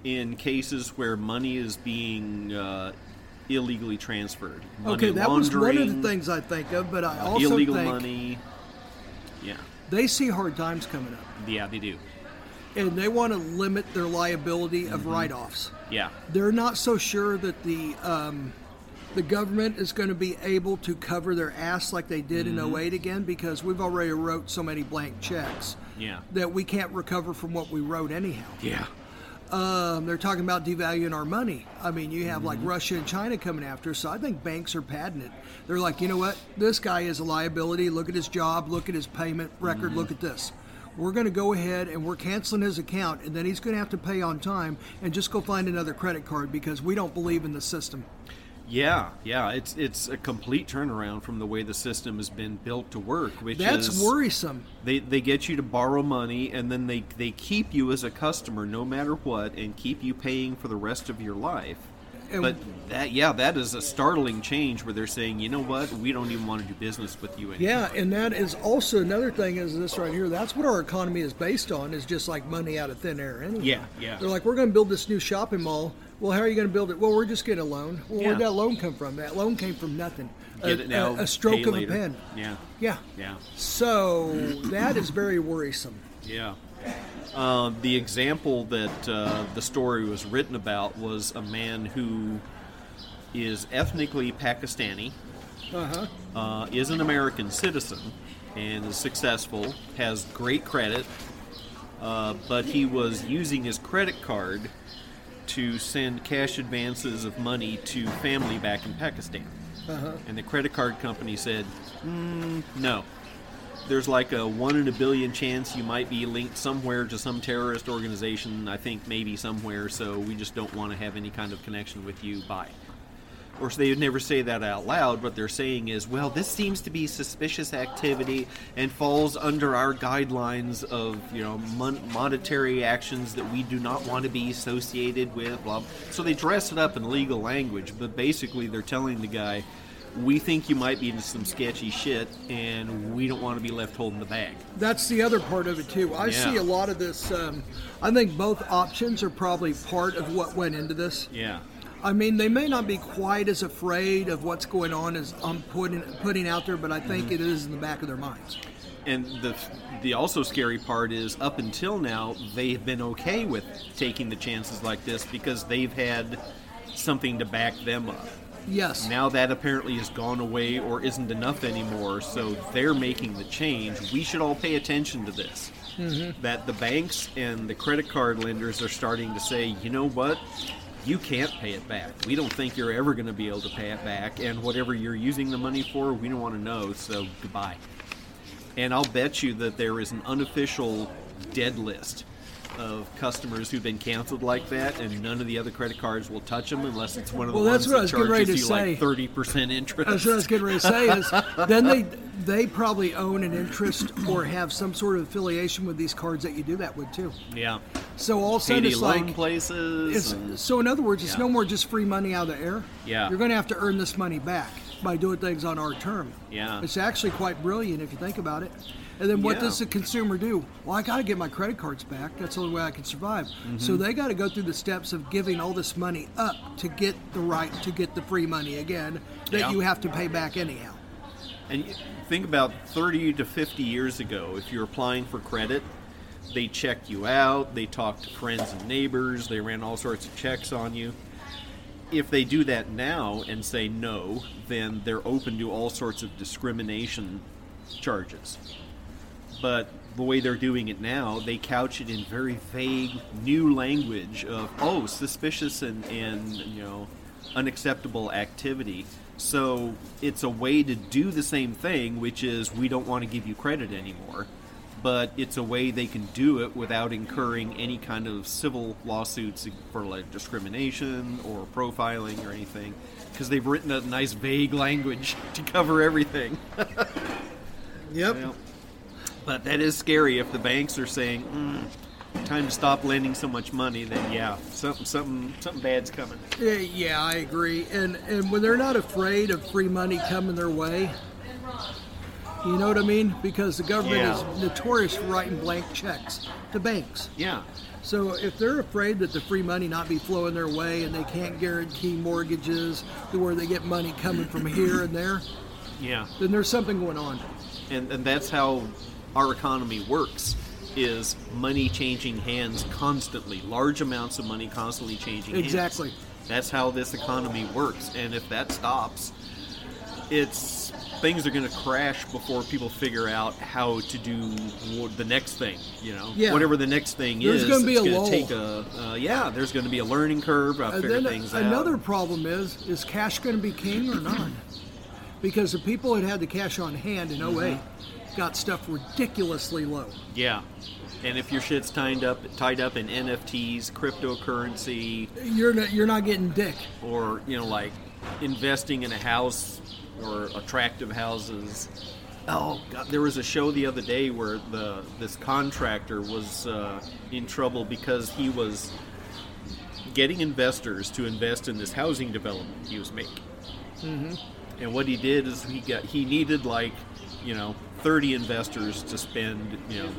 in cases where money is being uh, illegally transferred. Money Okay, that was one of laundering, the things I think of, but I uh, also illegal think money. Yeah, they see hard times coming up. yeah, they do. and they want to limit their liability Mm-hmm. of write-offs. Yeah, They're not so sure that the um, the government is going to be able to cover their ass like they did Mm-hmm. in 08 again because we've already wrote so many blank checks yeah, that we can't recover from what we wrote anyhow. yeah, Um, they're talking about devaluing our money. I mean, you have like Russia and China coming after us, so I think banks are padding it. They're like, you know what? This guy is a liability. Look at his job. Look at his payment record. Look at this. We're going to go ahead and we're canceling his account, and then he's going to have to pay on time and just go find another credit card because we don't believe in the system. yeah, yeah. It's it's a complete turnaround from the way the system has been built to work. Which That's is, worrisome. They, they get you to borrow money and then they, they keep you as a customer no matter what and keep you paying for the rest of your life. And But that, yeah, that is a startling change where they're saying, you know what, we don't even want to do business with you anymore. Yeah, and that is also another thing is this right here. That's what our economy is based on is just like money out of thin air. Anyway. Yeah, yeah. They're like, we're going to build this new shopping mall. Well, how are you going to build it? Well, we're just getting a loan. Well, where'd Yeah. that loan come from? That loan came from nothing. Get a, it now. a- a stroke pay of later. a pen. Yeah, Yeah. yeah, So that is very worrisome. yeah. Uh, the example that uh, the story was written about was a man who is ethnically Pakistani, Uh huh. uh, is an American citizen and is successful, has great credit, uh, but he was using his credit card to send cash advances of money to family back in Pakistan. And the credit card company said, mm, no. There's like a one in a billion chance you might be linked somewhere to some terrorist organization, I think maybe somewhere, so we just don't want to have any kind of connection with you. Bye or so they would never say that out loud. What they're saying is, well, this seems to be suspicious activity and falls under our guidelines of you know mon- monetary actions that we do not want to be associated with. Blah. So they dress it up in legal language, but basically they're telling the guy, we think you might be into some sketchy shit, and we don't want to be left holding the bag. That's the other part of it too. I Yeah. see a lot of this. Um, I think both options are probably part of what went into this. Yeah. I mean, they may not be quite as afraid of what's going on as I'm putting putting out there, but I Mm-hmm. think it is in the back of their minds. And the the also scary part is up until now they've been okay with taking the chances like this because they've had something to back them up. Yes. Now that apparently has gone away or isn't enough anymore, so they're making the change. We should all pay attention to this. That the banks and the credit card lenders are starting to say, you know what? You can't pay it back. We don't think you're ever going to be able to pay it back, and whatever you're using the money for, we don't want to know, so goodbye. And I'll bet you that there is an unofficial dead list of customers who've been canceled like that, and none of the other credit cards will touch them unless it's one of the Well, that's ones what I that was getting ready charges to you say. like thirty percent interest. That's what I was getting ready to say is then they they probably own an interest or have some sort of affiliation with these cards that you do that with too. yeah, So all of a sudden Payday it's loan like places. and- it's, so in other words, it's Yeah. no more just free money out of the air. Yeah. You're going to have to earn this money back by doing things on our term. Yeah. It's actually quite brilliant if you think about it. And then what Yeah. does the consumer do? Well, I got to get my credit cards back. That's the only way I can survive. Mm-hmm. So they got to go through the steps of giving all this money up to get the right to get the free money again that Yeah. you have to pay back anyhow. And y- think about 30 to 50 years ago, if you're applying for credit, they checked you out, they talked to friends and neighbors, they ran all sorts of checks on you. If they do that now and say no, then they're open to all sorts of discrimination charges. But the way they're doing it now, they couch it in very vague new language of oh, suspicious and, and you know unacceptable activity. So it's a way to do the same thing, which is we don't want to give you credit anymore. But it's a way they can do it without incurring any kind of civil lawsuits for like discrimination or profiling or anything, because they've written a nice vague language to cover everything. Yep. Yeah. But that is scary if the banks are saying, mm, "Time to stop lending so much money." Then yeah, something, something, something bad's coming. Yeah, Eh, yeah, I agree. And and when they're not afraid of free money coming their way, you know what I mean? Because the government Yeah. is notorious for writing blank checks to banks. Yeah, So if they're afraid that the free money not be flowing their way and they can't guarantee mortgages to where they get money coming from here and there, yeah. then there's something going on. and and that's how our economy works is money changing hands constantly large amounts of money constantly changing hands. Exactly. that's how this economy works and if that stops it's things are going to crash before people figure out how to do wha- the next thing you know Yeah. whatever the next thing There's is gonna be it's a gonna lull. take a uh, yeah there's going to be a learning curve i And figure then things out another problem is is cash going to be king or not? Because the people that had the cash on hand in 08 Mm-hmm. got stuff ridiculously low. yeah and if your shit's tied up tied up in nfts cryptocurrency You're not, you're not getting dick. or you know like investing in a house or attractive houses oh god there was a show the other day where the this contractor was uh, in trouble because he was getting investors to invest in this housing development he was making. Mm-hmm. And what he did is he got he needed like you know 30 investors to spend you know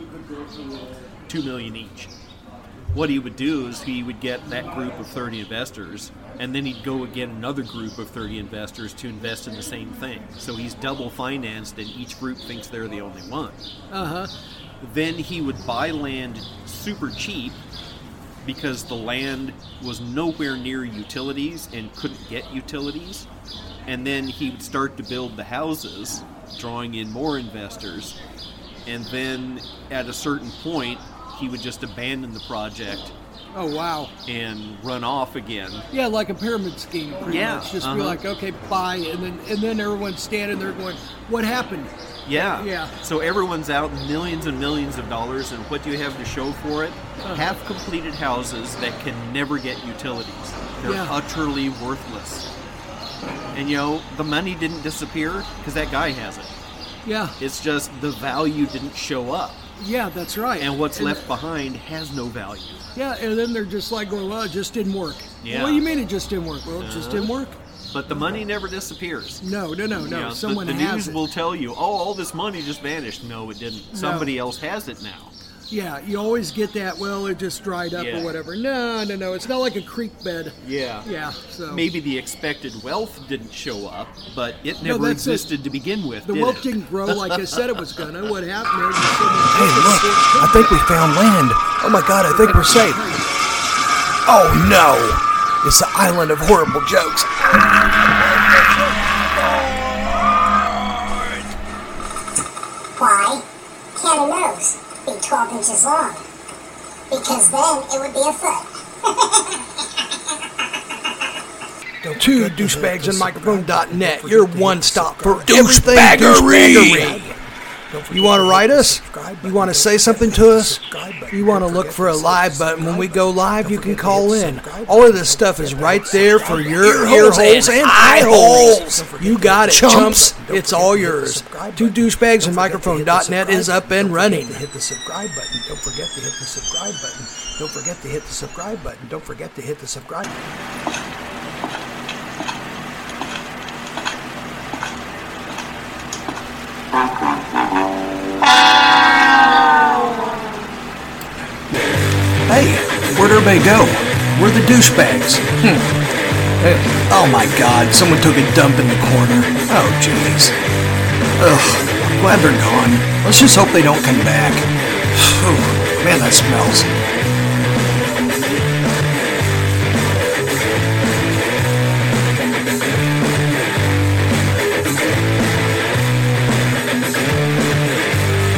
two million each. What he would do is he would get that group of 30 investors, and then he'd go again another group of 30 investors to invest in the same thing. So he's double financed, and each group thinks they're the only one. Uh huh. Then he would buy land super cheap because the land was nowhere near utilities and couldn't get utilities. And then he would start to build the houses, drawing in more investors. And then at a certain point, he would just abandon the project Oh wow. and run off again. Yeah, like a pyramid scheme. Pretty Yeah, Much. Just be uh-huh. like, okay, bye, and then and then everyone's standing there going, what happened? Yeah. Yeah. So everyone's out millions and millions of dollars, and what do you have to show for it? Half completed houses that can never get utilities. They're Yeah. utterly worthless. And you know, the money didn't disappear because that guy has it. Yeah. It's just the value didn't show up. Yeah, that's right. And what's left behind has no value. Yeah, and then they're just like going, well, it just didn't work. Yeah. What do you mean it just didn't work? Well, it just Uh-huh. didn't work. But the money never disappears. No, no, no, no. You know, the- Someone the, has news it. will tell you, oh, all this money just vanished. No, it didn't. Somebody else has it now. Yeah, you always get that. Well, it just dried up Yeah. or whatever. No, no, no. It's not like a creek bed. Yeah. Yeah. So maybe the expected wealth didn't show up, but it never that's it. existed to begin with. the did wealth it? didn't grow like I said it was gonna. What happened? Hey, Hey, look, I think we found land. Oh my god, I think we're safe. Oh no! It's the island of horrible jokes. Why can a nose be 12 inches long? Because then it would be a foot. To douchebagsinmicrophone.net, your one stop for douchebaggery. You want to write us? You want to say something to us? You want to look for a live button when we go live? You can call in. All of this stuff is right there for your ear holes and eye holes. You got it, chumps. It's all yours. Two douchebagsinmicrophone.net is up and running. Hit the subscribe button. Don't forget to hit the subscribe button. Don't forget to hit the subscribe button. Don't forget to hit the subscribe. Hey, where'd everybody go? We're the douchebags. Hmm. Eh, Oh my god, someone took a dump in the corner. Oh jeez. Ugh, glad they're gone. Let's just hope they don't come back. Whew, Man, that smells.